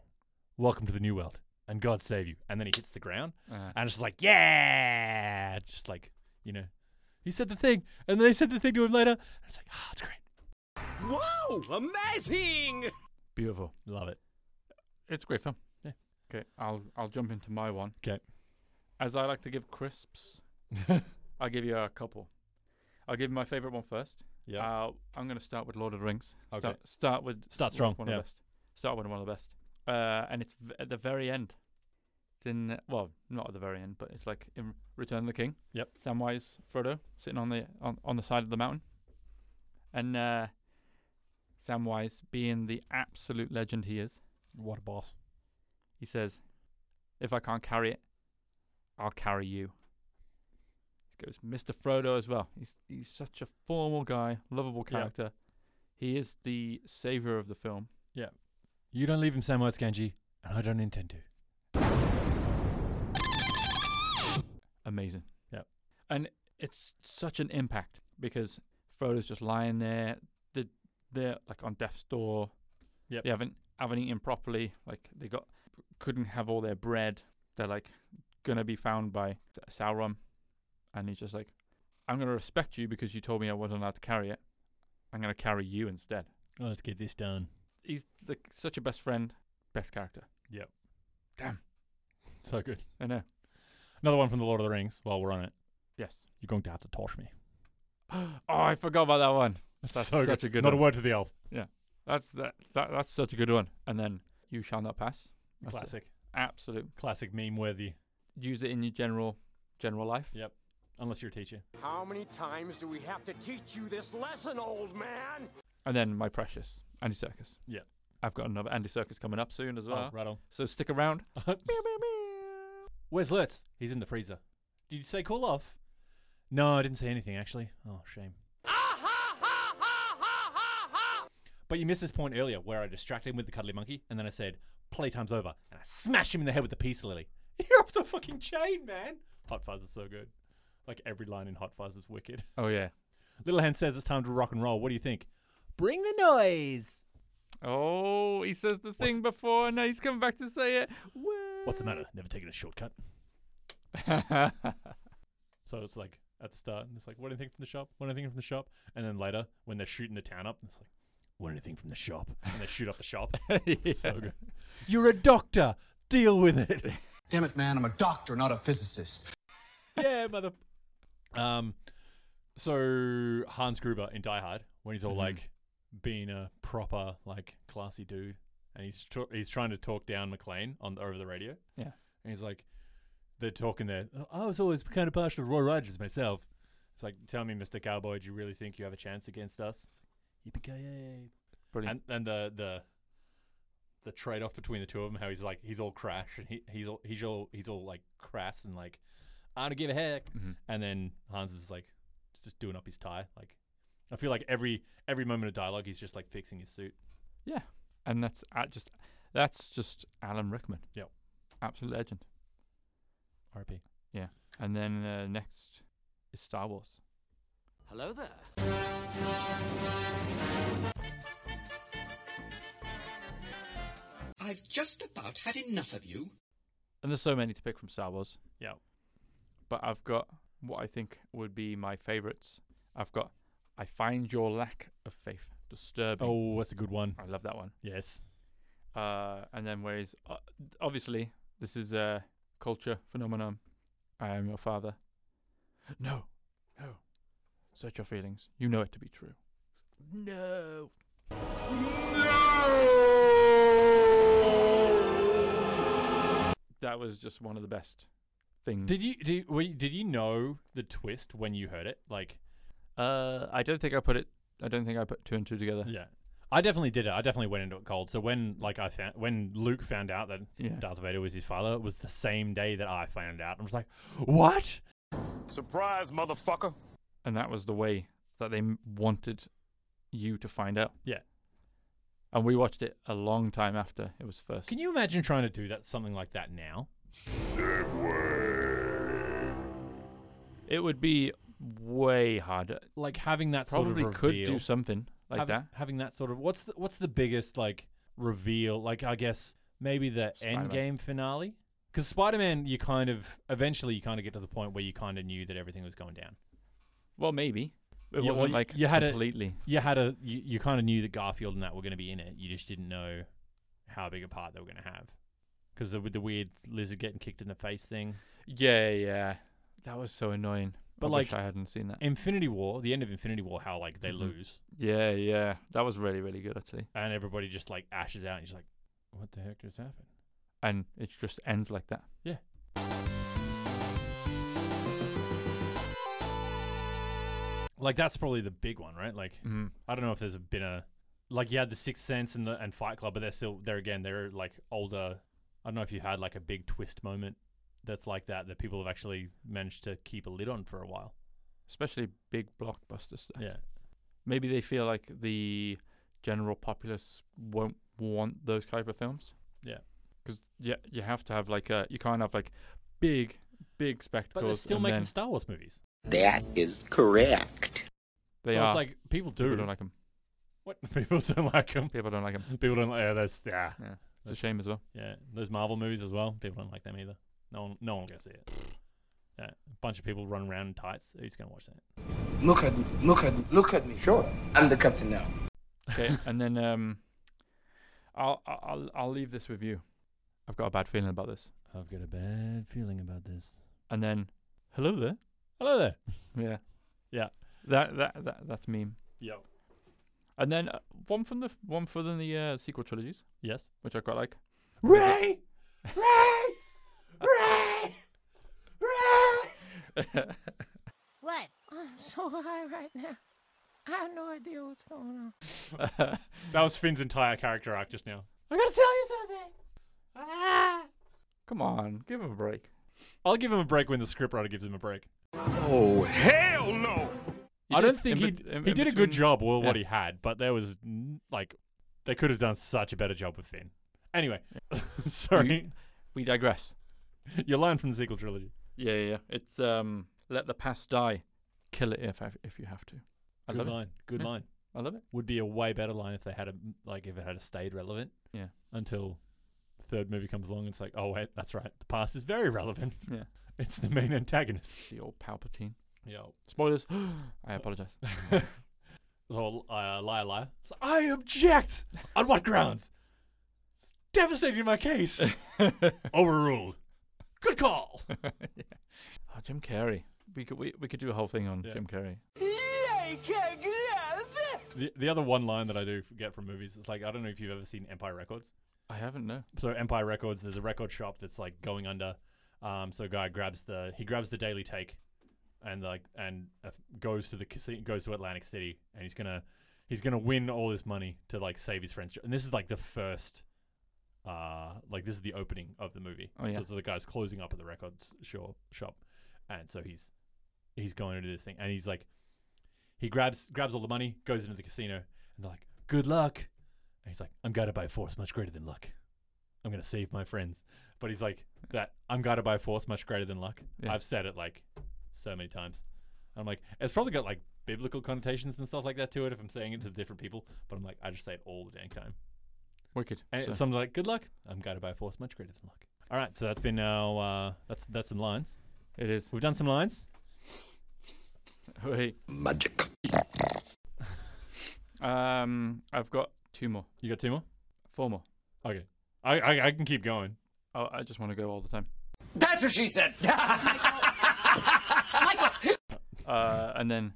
C: Welcome to the new world, and God save you. And then he hits the ground,
A: Uh,
C: and it's like, yeah, just like you know, he said the thing, and then they said the thing to him later. And it's like, ah, it's great,
D: Whoa! Amazing!
A: beautiful.
C: love it.
A: It's a great film.
C: Yeah.
A: Okay, I'll I'll jump into my one.
C: 'Kay.
A: As I like to give crisps, I'll give you a couple. I'll give you my favorite one first.
C: Ah,
A: Uh, I'm going to start with Lord of the Rings.
C: Okay.
A: Start, start with
C: Start
A: s-
C: strong,
A: One of
C: yeah.
A: the best. Start with one of the best. Uh, and it's v- at the very end. It's It's in well, not at the very end, but it's like in Return of the King.
C: Yep.
A: Samwise Frodo sitting on the on, on the side of the mountain, and uh, Samwise, being the absolute legend he is,
C: What a boss.
A: he says, "If I can't carry it, I'll carry you." He goes, Mr. Frodo as well. He's he's such a formal guy, lovable character. He is the savior of the film.
C: You don't leave him Samwise Ganji, and I don't intend to.
A: amazing.
C: Yep.
A: And it's such an impact because Frodo's just lying there. The they're like on death's door.
C: Yep.
A: They haven't haven't eaten properly. Like they got couldn't have all their bread. They're like gonna be found by S- Sauron, and he's just like, "I'm gonna respect you because you told me I wasn't allowed to carry it. I'm gonna carry you instead."
C: Oh, let's get this done.
A: He's like such a best friend, best character.
C: So good.
A: I know.
C: Another one from The Lord of the Rings while we're on it.
A: Yes.
C: You're going to have to torch me.
A: oh, I forgot about that one. That's
C: so
A: such a good
C: Not
A: one.
C: a word to the elf.
A: That's that, that. That's such a good one. And then you shall not pass. That's it.
C: Classic.
A: Absolute.
C: Classic meme worthy.
A: Use it in your general general life.
C: Yep. Unless you're a teacher.
D: How many times do we have to teach you this lesson, old man?
A: And then my precious Andy Circus.
C: Yeah.
A: I've got another Andy Circus coming up soon as well.
C: Oh, right on.
A: So stick around.
C: Where's Lutz? He's in the freezer. Did you say call off? No, I didn't say anything actually. Oh, shame. But you missed this point earlier where I distracted him with the cuddly monkey and then I said, playtime's over. And I smash him in the head with the peace lily. You're off the fucking chain, man. Hot Fuzz is so good. Like every line in Hot Fuzz is wicked.
A: Oh yeah.
C: Little Hand says it's time to rock and roll. What do you think? Bring the noise.
A: Oh, he says the thing before, and now he's coming back to say it.
C: What's the matter? Never taking a shortcut. So it's like at the start, and it's like, what anything from the shop? What anything from the shop? And then later, when they're shooting the town up, it's like, what anything from the shop? And they shoot up the shop. It's so good. You're a doctor. Deal with it.
K: Damn it, man, I'm a doctor, not a physicist.
C: yeah, mother. Um, so Hans Gruber in Die Hard, when he's all
K: Mm-hmm.
C: like being a proper, like classy dude, and he's tr- he's trying to talk down McLean on over the radio.
A: Yeah.
C: and he's like, they're talking there. I was always kind of partial to Roy Rogers myself. It's like, tell me, Mister Cowboy, do you really think you have a chance against us? It's like, Yippee
A: Brilliant.
C: and and the the the trade off between the two of them, how he's like he's all crash and he, he's all he's all he's all like crass and like I don't give a heck,
A: Mhm.
C: and then Hans is like just doing up his tie. Like I feel like every every moment of dialogue, he's just like fixing his suit.
A: yeah. And that's uh, just that's just Alan Rickman.
C: Yep.
A: Absolute legend.
C: RP.
A: And then uh, next is Star Wars.
G: Hello there.
K: I've just about had enough of you.
A: And there's so many to pick from Star Wars.
C: Yeah.
A: But I've got what I think would be my favorites. I've got I Find Your Lack of Faith Disturbing.
C: Oh, that's a good one.
A: I love that one.
C: Yes.
A: Uh, and then where is uh, obviously this is a culture phenomenon. I am your father. No, no. Search your feelings. You know it to be true. No. That was just one of the best things.
C: Did you did you, were you- did you know the twist when you heard it? Like
A: Uh, I don't think I put it. I don't think I put two and two together.
C: yeah. I definitely did it. I definitely went into it cold. So when like I found when Luke found out that
A: Yeah.
C: Darth Vader was his father it was the same day that I found out. I was like, "What?"
H: Surprise, motherfucker.
A: And that was the way that they m- wanted you to find out.
C: Yeah.
A: And we watched it a long time after it was first.
C: Can you imagine trying to do that something like that now?
A: it would be way harder.
C: Like having that
A: Probably
C: sort of
A: could
C: reveal,
A: do something like
C: having,
A: that.
C: Having that sort of what's the, what's the biggest like reveal? Like I guess maybe the
A: Spider-Man.
C: end game finale because Spider Man, you kind of eventually you kind of get to the point where you kind of knew that everything was going down.
A: Well, maybe it
C: Yeah, well,
A: wasn't
C: y-
A: like
C: you had a-
A: completely.
C: You had a you, you kind of knew that Garfield and that were going to be in it. You just didn't know how big a part they were going to have because with the weird lizard getting kicked in the face thing.
A: yeah, yeah. That was so annoying.
C: But,
A: I wish
C: like,
A: I hadn't seen that.
C: Infinity War, the end of Infinity War, how like they
A: Mhm.
C: lose.
A: yeah, yeah. That was really, really good actually.
C: and everybody just like ashes out and you're just like what the heck just happened
A: and it just ends like that.
C: Yeah. Like that's probably the big one, right? Like
A: Mhm.
C: I don't know if there's been a like you had the Sixth Sense and the and Fight Club, but they're still there again. They're like older. I don't know if you had like a big twist moment that's like that that people have actually managed to keep a lid on for a while.
A: Especially big blockbuster stuff.
C: Yeah,
A: Maybe they feel like the general populace won't want those type of films.
C: Yeah.
A: Because yeah, you have to have like a you can't have like big big
C: but
A: spectacles.
C: they're still
A: and
C: making
A: then
C: Star Wars movies.
G: That is correct.
A: They
C: so
A: are.
C: it's like people do
A: people don't like them.
C: what people don't like them.
A: People don't like them.
C: People don't like yeah, that's yeah.
A: Yeah. It's
C: That's-
A: a shame as well.
C: Yeah, those Marvel movies as well. People don't like them either. No one, no one will go see it. Yeah, a bunch of people running around in tights. Who's gonna watch that?
K: Look at me, look at me, look at me. Sure, I'm the captain now.
A: Okay, and then um, I'll I'll I'll- I'll leave this with you. I've got a bad feeling about this.
C: I've got a bad feeling about this.
A: And then, hello there.
C: Hello there.
A: Yeah,
C: Yeah.
A: That that, that that's meme.
C: Yep.
A: And then uh, one from the one from the uh, sequel trilogies,
C: Yes.
A: which I quite like.
C: Ray, Ray, Ray, Ray.
L: What? I'm so high right now. I have no idea what's going on.
C: That was Finn's entire character arc just now.
L: I gotta tell you something. Ah!
A: Come on, give him a break.
C: I'll give him a break when the scriptwriter gives him a break.
I: Oh, hell no!
A: He
C: I
A: did-
C: don't think
A: in
C: he
A: bet- in-
C: he
A: in
C: did a good
A: between-
C: job with what
A: yeah.
C: he had, but there was n- like they could have done such a better job with Finn. Anyway, sorry,
A: We digress. Mm.
C: your line from the sequel trilogy.
A: Yeah, yeah. yeah. It's um, let the past die, kill it if if you have to. I
C: good
A: love
C: line. Good
A: Yeah.
C: line.
A: it. I love it.
C: Would be a way better line if they had a like if it had stayed relevant.
A: Yeah.
C: Until the third movie comes along and it's like, oh wait, that's right. The past is very relevant.
A: Yeah.
C: It's the main antagonist.
A: The old Palpatine.
C: Yeah.
A: Spoilers. I apologize.
C: Or uh, liar, liar. It's like, I object. On what grounds? It's devastating my case. Overruled. Good call.
A: Oh, Jim Carrey. We could we, we could do a whole thing on
C: Yeah.
A: Jim Carrey.
C: The, the other one line that I do get from movies is like, I don't know if you've ever seen Empire Records.
A: I haven't no.
C: so Empire Records, there's a record shop that's like going under. Um, so a guy grabs the he grabs the Daily Take, and like and uh, goes to the casino, goes to Atlantic City, and he's gonna he's gonna win all this money to like save his friends. And this is like the first, uh, like this is the opening of the movie.
A: Oh, yeah.
C: So, so the guy's closing up at the records sho- shop, and so he's he's going into this thing, and he's like he grabs grabs all the money, goes into the casino, and they're like, "Good luck," and he's like, "I'm guided by a force much greater than luck." I'm gonna save my friends. But he's like that. I'm guided by a force much greater than luck.
A: Yeah.
C: I've said it like so many times. I'm like, it's probably got like biblical connotations and stuff like that to it if I'm saying it to different people. But I'm like, I just say it all the dang time.
A: Wicked.
C: And
A: So-
C: someone's like, good luck. I'm guided by a force much greater than luck. All right, so that's been now. Uh, that's that's some lines.
A: it is. Oh,
C: We've done some lines.
A: Wait.
K: Magic.
A: Um, I've got two more,
C: You got two more?
A: four more.
C: Okay, I I, I can keep going.
A: Oh, I just want to go all the time.
G: That's what she said.
A: Uh, and then,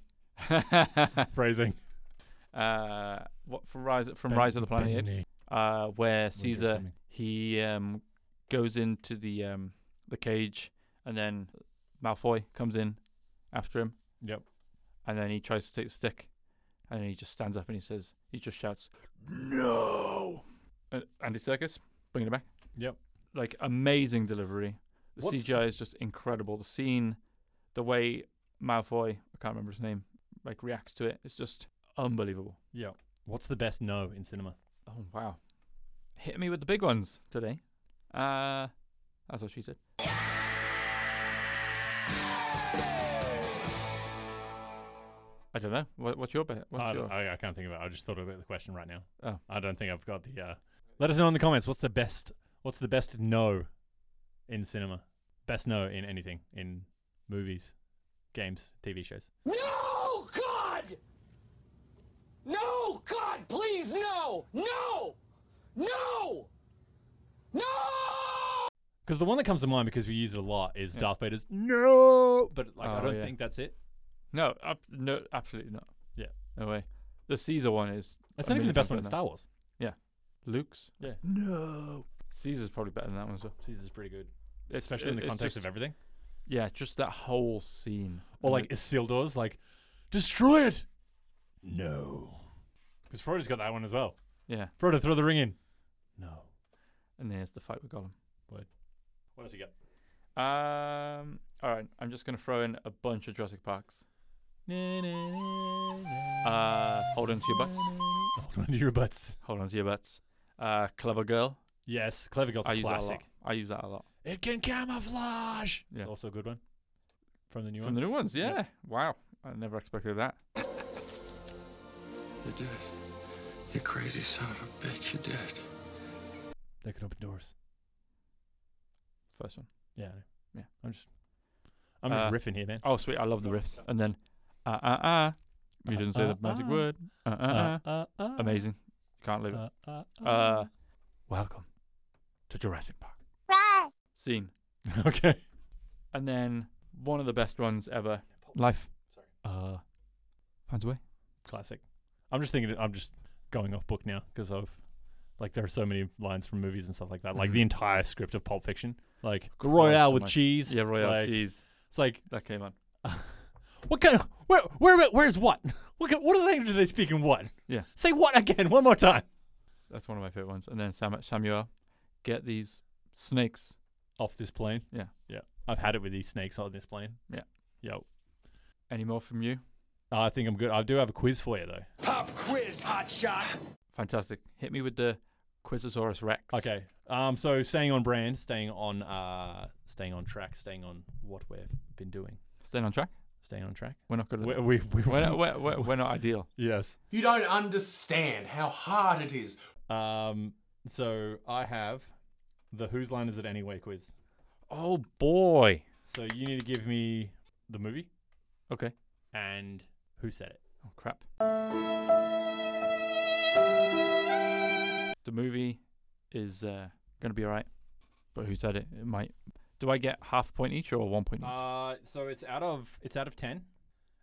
C: Phrasing.
A: uh, what from Rise from
C: Ben-
A: Rise of the Planet of the
C: Benny.
A: Apes, uh, where Caesar
C: coming.
A: he um goes into the um the cage, and then Malfoy comes in after him,
C: Yep.
A: and then he tries to take the stick, and he just stands up and he says, he just shouts, "No!" Uh, Andy Circus, bringing it back.
C: Yep.
A: like amazing delivery. The
C: What's-
A: CGI is just incredible. The scene, the way Malfoy, I can't remember his name, like reacts to it, it's just unbelievable.
C: Yep. What's the best no in cinema?
A: Oh wow, hit me with the big ones today. Uh, that's what she said. I don't know. What, what's your bet? What's
C: I,
A: your?
C: I, I can't think of it. I just thought about the question right now.
A: Oh.
C: I don't think I've got the. Uh, let us know in the comments. What's the best? What's the best no in cinema? Best no in anything in movies, games, TV shows.
D: No, God! No, God, please, no! No! No! No!
C: Because the one that comes to mind because we use it a lot is Darth Vader's no, but like I
A: Oh,
C: don't
A: yeah.
C: think that's it.
A: no, ab- no, absolutely not.
C: Yeah.
A: no way. The Caesar one is.
C: It's
A: a
C: not
A: million
C: even the
A: times
C: best one in
A: better.
C: Star Wars.
A: Luke's.
C: Yeah.
A: No. Caesar's probably better than that one as well.
C: Caesar's pretty good,
A: It's-
C: especially in the
A: it's
C: context
A: just-
C: of everything.
A: Yeah, just that whole scene.
C: Or
A: And
C: like
A: it-
C: Isildur's like, destroy it. No, because Frodo's got that one as well.
A: yeah,
C: Frodo, throw the ring in. No.
A: and there's the fight with Gollum.
C: What else you got?
A: Um, all right, I'm just gonna throw in a bunch of Jurassic Parks. Uh, hold on to your butts.
C: Hold on to your butts.
A: Hold on to your butts. Uh, clever girl.
C: Yes, Clever Girl's a
A: I use that a
C: classic.
A: lot. I use that a lot.
C: It can camouflage.
A: Yeah.
C: It's also a good one from the new
A: From
C: one.
A: the new ones, yeah.
C: Yep.
A: Wow, I never expected that.
F: You did it. You crazy son of a bitch, you did it.
C: They could open doors.
A: First one.
C: Yeah. I know.
A: Yeah.
C: I'm just, I'm just
A: Uh,
C: riffing here, man.
A: Oh, sweet, I love the riffs. And then, uh, uh, uh. You didn't say
C: Uh,
A: the magic
C: uh.
A: word. Uh, uh, uh.
C: uh, uh,
A: Amazing. Can't leave it.
C: Uh, uh, uh.
A: Uh, welcome to Jurassic Park. Scene.
C: okay.
A: And then one of the best ones ever. Life.
C: Sorry.
A: Uh, finds a way.
C: Classic. I'm just thinking. I'm just going off book now because I've like there are so many lines from movies and stuff like that. Like
A: Mhm.
C: the entire script of Pulp Fiction. Like
A: Christ
C: Royale with
A: almighty.
C: cheese.
A: Yeah, Royale
C: like,
A: cheese.
C: It's like
A: That came on.
C: what kind of where where about- where's what? What ki- what are they do they speak in what?
A: Yeah.
C: Say what again one more time.
A: That's one of my favorite ones. And then Sam- Samuel, get these snakes.
C: Off this plane.
A: Yeah.
C: Yeah. I've had it with these snakes on this plane.
A: Yeah.
C: Yo. uh,
A: Any more from you?
C: I think I'm good. I do have a quiz for you though.
D: Pop quiz, hot shot.
A: Fantastic. Hit me with the Quizosaurus Rex.
C: Okay. Um. So staying on brand, staying on uh, staying on track, staying on what we've been doing,
A: Staying on track.
C: staying on track.
A: We're not good at
C: We
A: that.
C: we, we
A: We're not, we're, we're, we're not ideal.
C: yes.
E: You don't understand how hard it is.
C: Um. So I have the whose line is it anyway quiz.
A: Oh, boy.
C: So you need to give me the movie
A: Okay.
C: and who said it.
A: Oh, crap. The movie is uh, going to be all right. But who said it? It might. Do I get half point each or one point each?
C: Uh. So it's out of it's out of ten.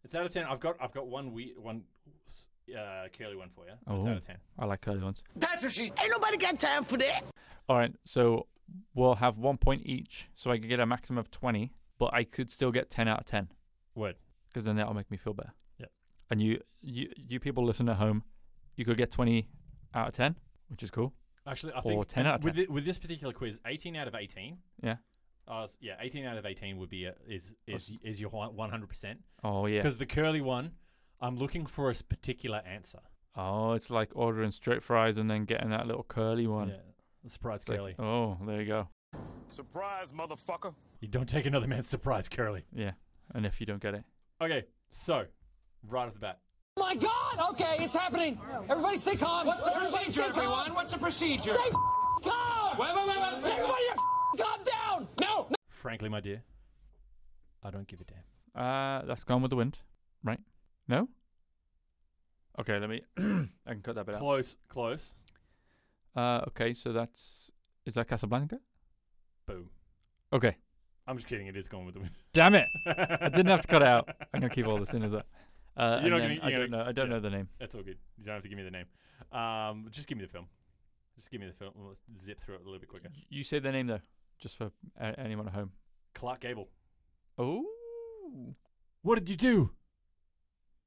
C: It's out of ten. I've got I've got one we one s- uh curly one for you. It's out
A: Oh.
C: of ten.
A: I like curly ones.
G: That's what she's. Ain't nobody got time for that.
A: All right. So we'll have one point each. So I could get a maximum of 20, but I could still get 10 out of 10
C: Word.
A: because then that'll make me feel better.
C: Yep.
A: And you, you, you people listen at home, you could get 20 out of 10, which is cool.
C: Actually, I
A: Or
C: think
A: 10 out of
C: with thi- with this particular quiz, eighteen out of eighteen.
A: Yeah.
C: Uh, s- yeah, eighteen out of eighteen would be a, is is is your one hundred percent
A: Oh, yeah.
C: because the curly one, I'm looking for a s- particular answer.
A: Oh, it's like ordering straight fries and then getting that little curly one.
C: Yeah, surprise
A: It's like,
C: curly.
A: oh, there you go.
H: Surprise, motherfucker.
C: You don't take another man's surprise curly.
A: Yeah. And if you don't get it,
C: Okay, so right off the bat,
G: My God! Okay, it's happening. Everybody, stay calm. What's the procedure, everyone? What's the procedure? Stay calm. Wait, wait, wait, wait. Everybody, calm down. No,
C: frankly, my dear, I don't give a damn.
A: uh, that's gone with the wind, right? No. Okay, let me. I can cut that bit out.
C: Close, close.
A: Uh, okay, so that's is that Casablanca?
C: Boom.
A: Okay,
C: I'm just kidding. It is going with the wind.
A: damn it! I didn't have to cut it out. I'm gonna keep all this in as a. Uh, and then
C: You're not gonna-
A: I
C: you're
A: don't
C: gonna-
A: know. I don't
C: yeah.
A: know the name.
C: That's all good. You don't have to give me the name. Um, just give me the film. Just give me the film. We'll zip through it a little bit quicker.
A: You say the name though, just for a- anyone at home.
C: Clark Gable.
A: Oh,
C: What did you do?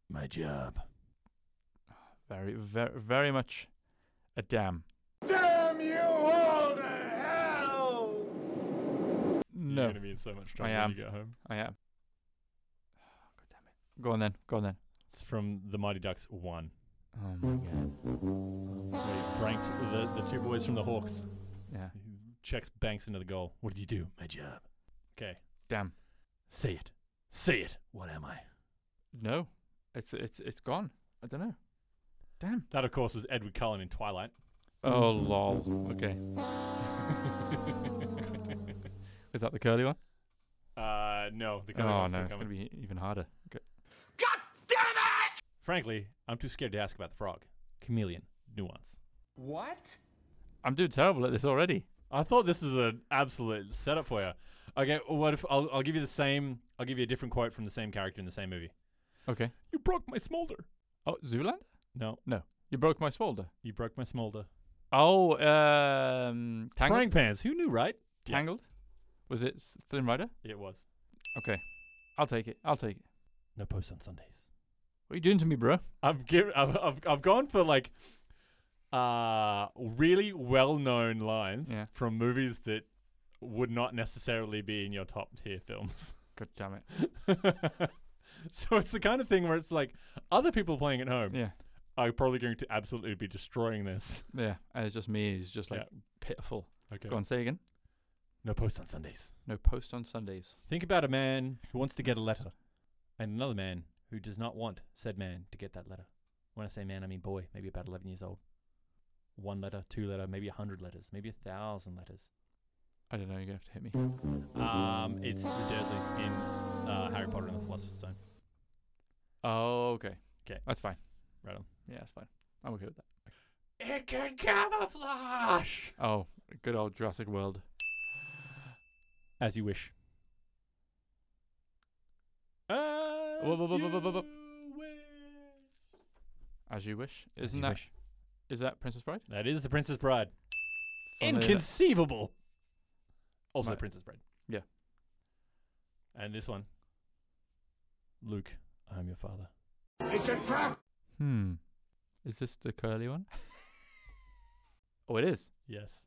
C: My job.
A: very, very, very much a damn.
D: Damn you all to hell!
C: You're
A: No,
C: gonna be in so much
A: I
C: trouble
A: am.
C: when you get home.
A: I am. God damn it! Go on then. Go on then.
C: It's from the Mighty Ducks one.
A: Oh my god.
C: Where he pranks the, the two boys from the Hawks.
A: Yeah.
C: He checks Banks into the goal. What did you do? My job. Okay.
A: Damn.
C: Say it. Say it. What am I?
A: No. It's it's it's gone. I don't know. Damn.
C: That of course was Edward Cullen in Twilight.
A: Oh lol. Okay. Is that the curly one?
C: Uh no, the Cullen
A: Oh
C: one's
A: no,
C: still
A: it's
C: coming.
A: gonna be even harder. Okay.
D: God damn it!
C: Frankly, I'm too scared to ask about the frog. Chameleon. Nuance.
G: What?
A: I'm doing terrible at this already.
C: I thought this is an absolute setup for you. Okay, what if I'll, I'll give you the same? I'll give you a different quote from the same character in the same movie.
A: Okay.
C: You broke my smolder.
A: Oh, Zoolander?
C: No,
A: No. You broke my smolder.
C: you broke my smolder.
A: Oh, um, Tangled.
C: Frying pans. Who knew, right? Yeah.
A: Tangled. Was it S- Thin Rider?
C: It was.
A: Okay, I'll take it. I'll take it.
C: No post on Sundays.
A: What are you doing to me, bro?
C: I've given. I've, I've I've gone for like, uh, really well-known lines
A: Yeah.
C: from movies that would not necessarily be in your top tier films.
A: God damn it.
C: so it's the kind of thing where it's like other people playing at home
A: Yeah.
C: are probably going to absolutely be destroying this.
A: Yeah, and it's just me. It's just like
C: Yeah.
A: pitiful.
C: Okay.
A: Go on, say again.
C: No post on Sundays.
A: No post on Sundays.
C: Think about a man who wants to get a letter and another man who does not want said man to get that letter. When I say man, I mean boy, maybe about 11 years old. One letter, two letter, maybe a hundred letters, maybe a thousand letters.
A: I don't know. You're gonna have to hit me.
C: Um, it's the Dursleys in uh, Harry Potter and the Philosopher's Stone.
A: Oh, okay.
C: 'Kay.
A: That's fine.
C: Right on.
A: Yeah, that's fine. I'm okay with that.
C: It can camouflage.
A: Oh, good old Jurassic World.
C: As you wish. As
A: whoa, whoa, whoa, whoa, whoa.
C: you wish.
A: As you wish.
C: As
A: Isn't
C: you
A: that
C: wish.
A: is that Princess Bride?
C: That is the Princess Bride.
A: Funnily enough-
C: Inconceivable. Also,
A: My-
C: the Princess Bride.
A: Yeah.
C: And this one. Luke, I'm your father.
A: Hmm. Is this the curly one? oh, it is.
C: Yes.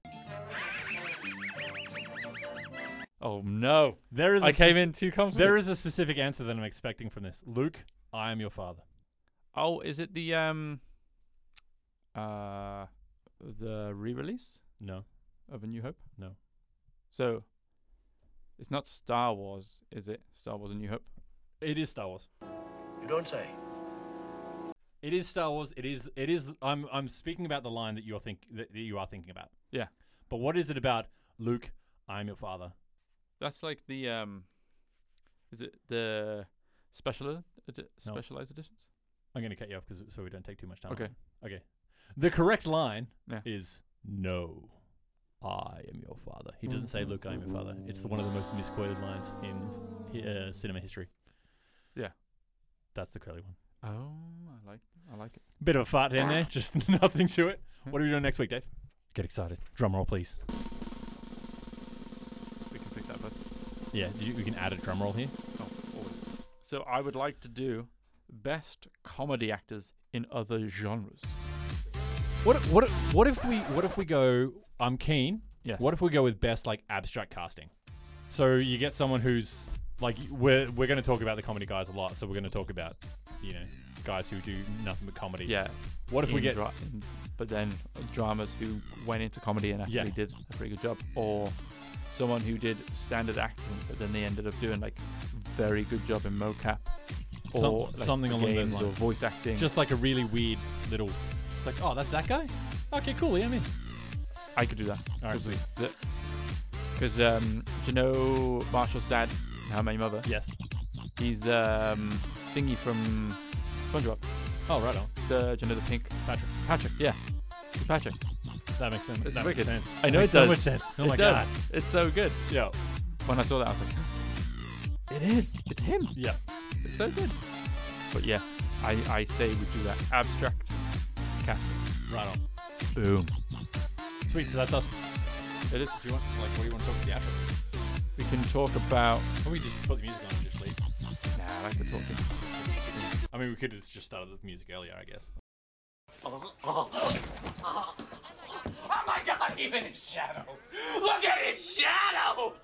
A: Oh no!
C: There is. a
A: I came
C: spec-
A: in too confident.
C: There is a specific answer that I'm expecting from this. Luke, I am your father.
A: Oh, is it the um, uh, the re-release
C: No.
A: of A New Hope?
C: No.
A: So, it's not Star Wars, is it? Star Wars: A New Hope.
C: It is Star Wars.
E: You don't say.
C: It is Star Wars. It is. It is. I'm. I'm speaking about the line that you're think that that you are thinking about.
A: Yeah.
C: But what is it about Luke? I'm your father.
A: That's like the um, is it the special edi-
C: No.
A: specialized editions?
C: I'm going to cut you off because so we don't take too much time.
A: Okay.
C: Okay. The correct line
A: Yeah.
C: is no. I am your father. He doesn't say, "Luke, I am your father." It's the- one of the most misquoted lines in s- hi- uh, cinema history.
A: Yeah.
C: That's the curly one.
A: Oh, I like I like it.
C: Bit of a fart in there, just nothing to it. What are we doing next week, Dave? Get excited. Drum roll, please.
A: We can fix that, but
C: Yeah, you, we can add a drum roll here.
A: oh, always. So I would like to do best comedy actors in other genres.
C: What if- what if- what if we what if we go? I'm keen.
A: Yes.
C: What if we go with best like abstract casting? So you get someone who's like we're we're going to talk about the comedy guys a lot. So we're going to talk about you know guys who do nothing but comedy.
A: Yeah.
C: What if we
A: in
C: get
A: dra- in- but then dramas who went into comedy and actually
C: Yeah.
A: did a pretty good job, or someone who did standard acting but then they ended up doing like very good job in mocap
C: Some-
A: or like,
C: something
A: for
C: along those
A: games or
C: lines.
A: voice acting.
C: just like a really weird little? It's like oh that's that guy. Okay, cool. Yeah, I'm in.
A: I could do that.
C: All right, sweet.
A: Because um, do you know Marshall's dad, How Many Mother?
C: Yes.
A: He's um, thingy from SpongeBob.
C: Oh right on.
A: The, do you know the pink
C: Patrick,
A: Patrick? Yeah, it's Patrick.
C: that makes sense.
A: It's
C: that
A: wicked.
C: makes sense.
A: I know
C: Makes
A: it
C: so
A: does.
C: much sense. Oh
A: it
C: my
A: does.
C: god.
A: it's so good.
C: Yeah.
A: When I saw that, I was like, it is. It's him.
C: Yeah.
A: It's so good. But yeah, I, I say we do that abstract cast.
C: Right on.
A: Boom.
C: Sweet. So that's us.
A: It is.
C: Do you want like what do you want to talk to the after?
A: We can talk about.
C: Or we just put the music on and just leave.
A: Nah, I like the talking.
C: I mean, we could have just started the music earlier, I guess.
D: Oh my god, even his shadow! Look at his shadow!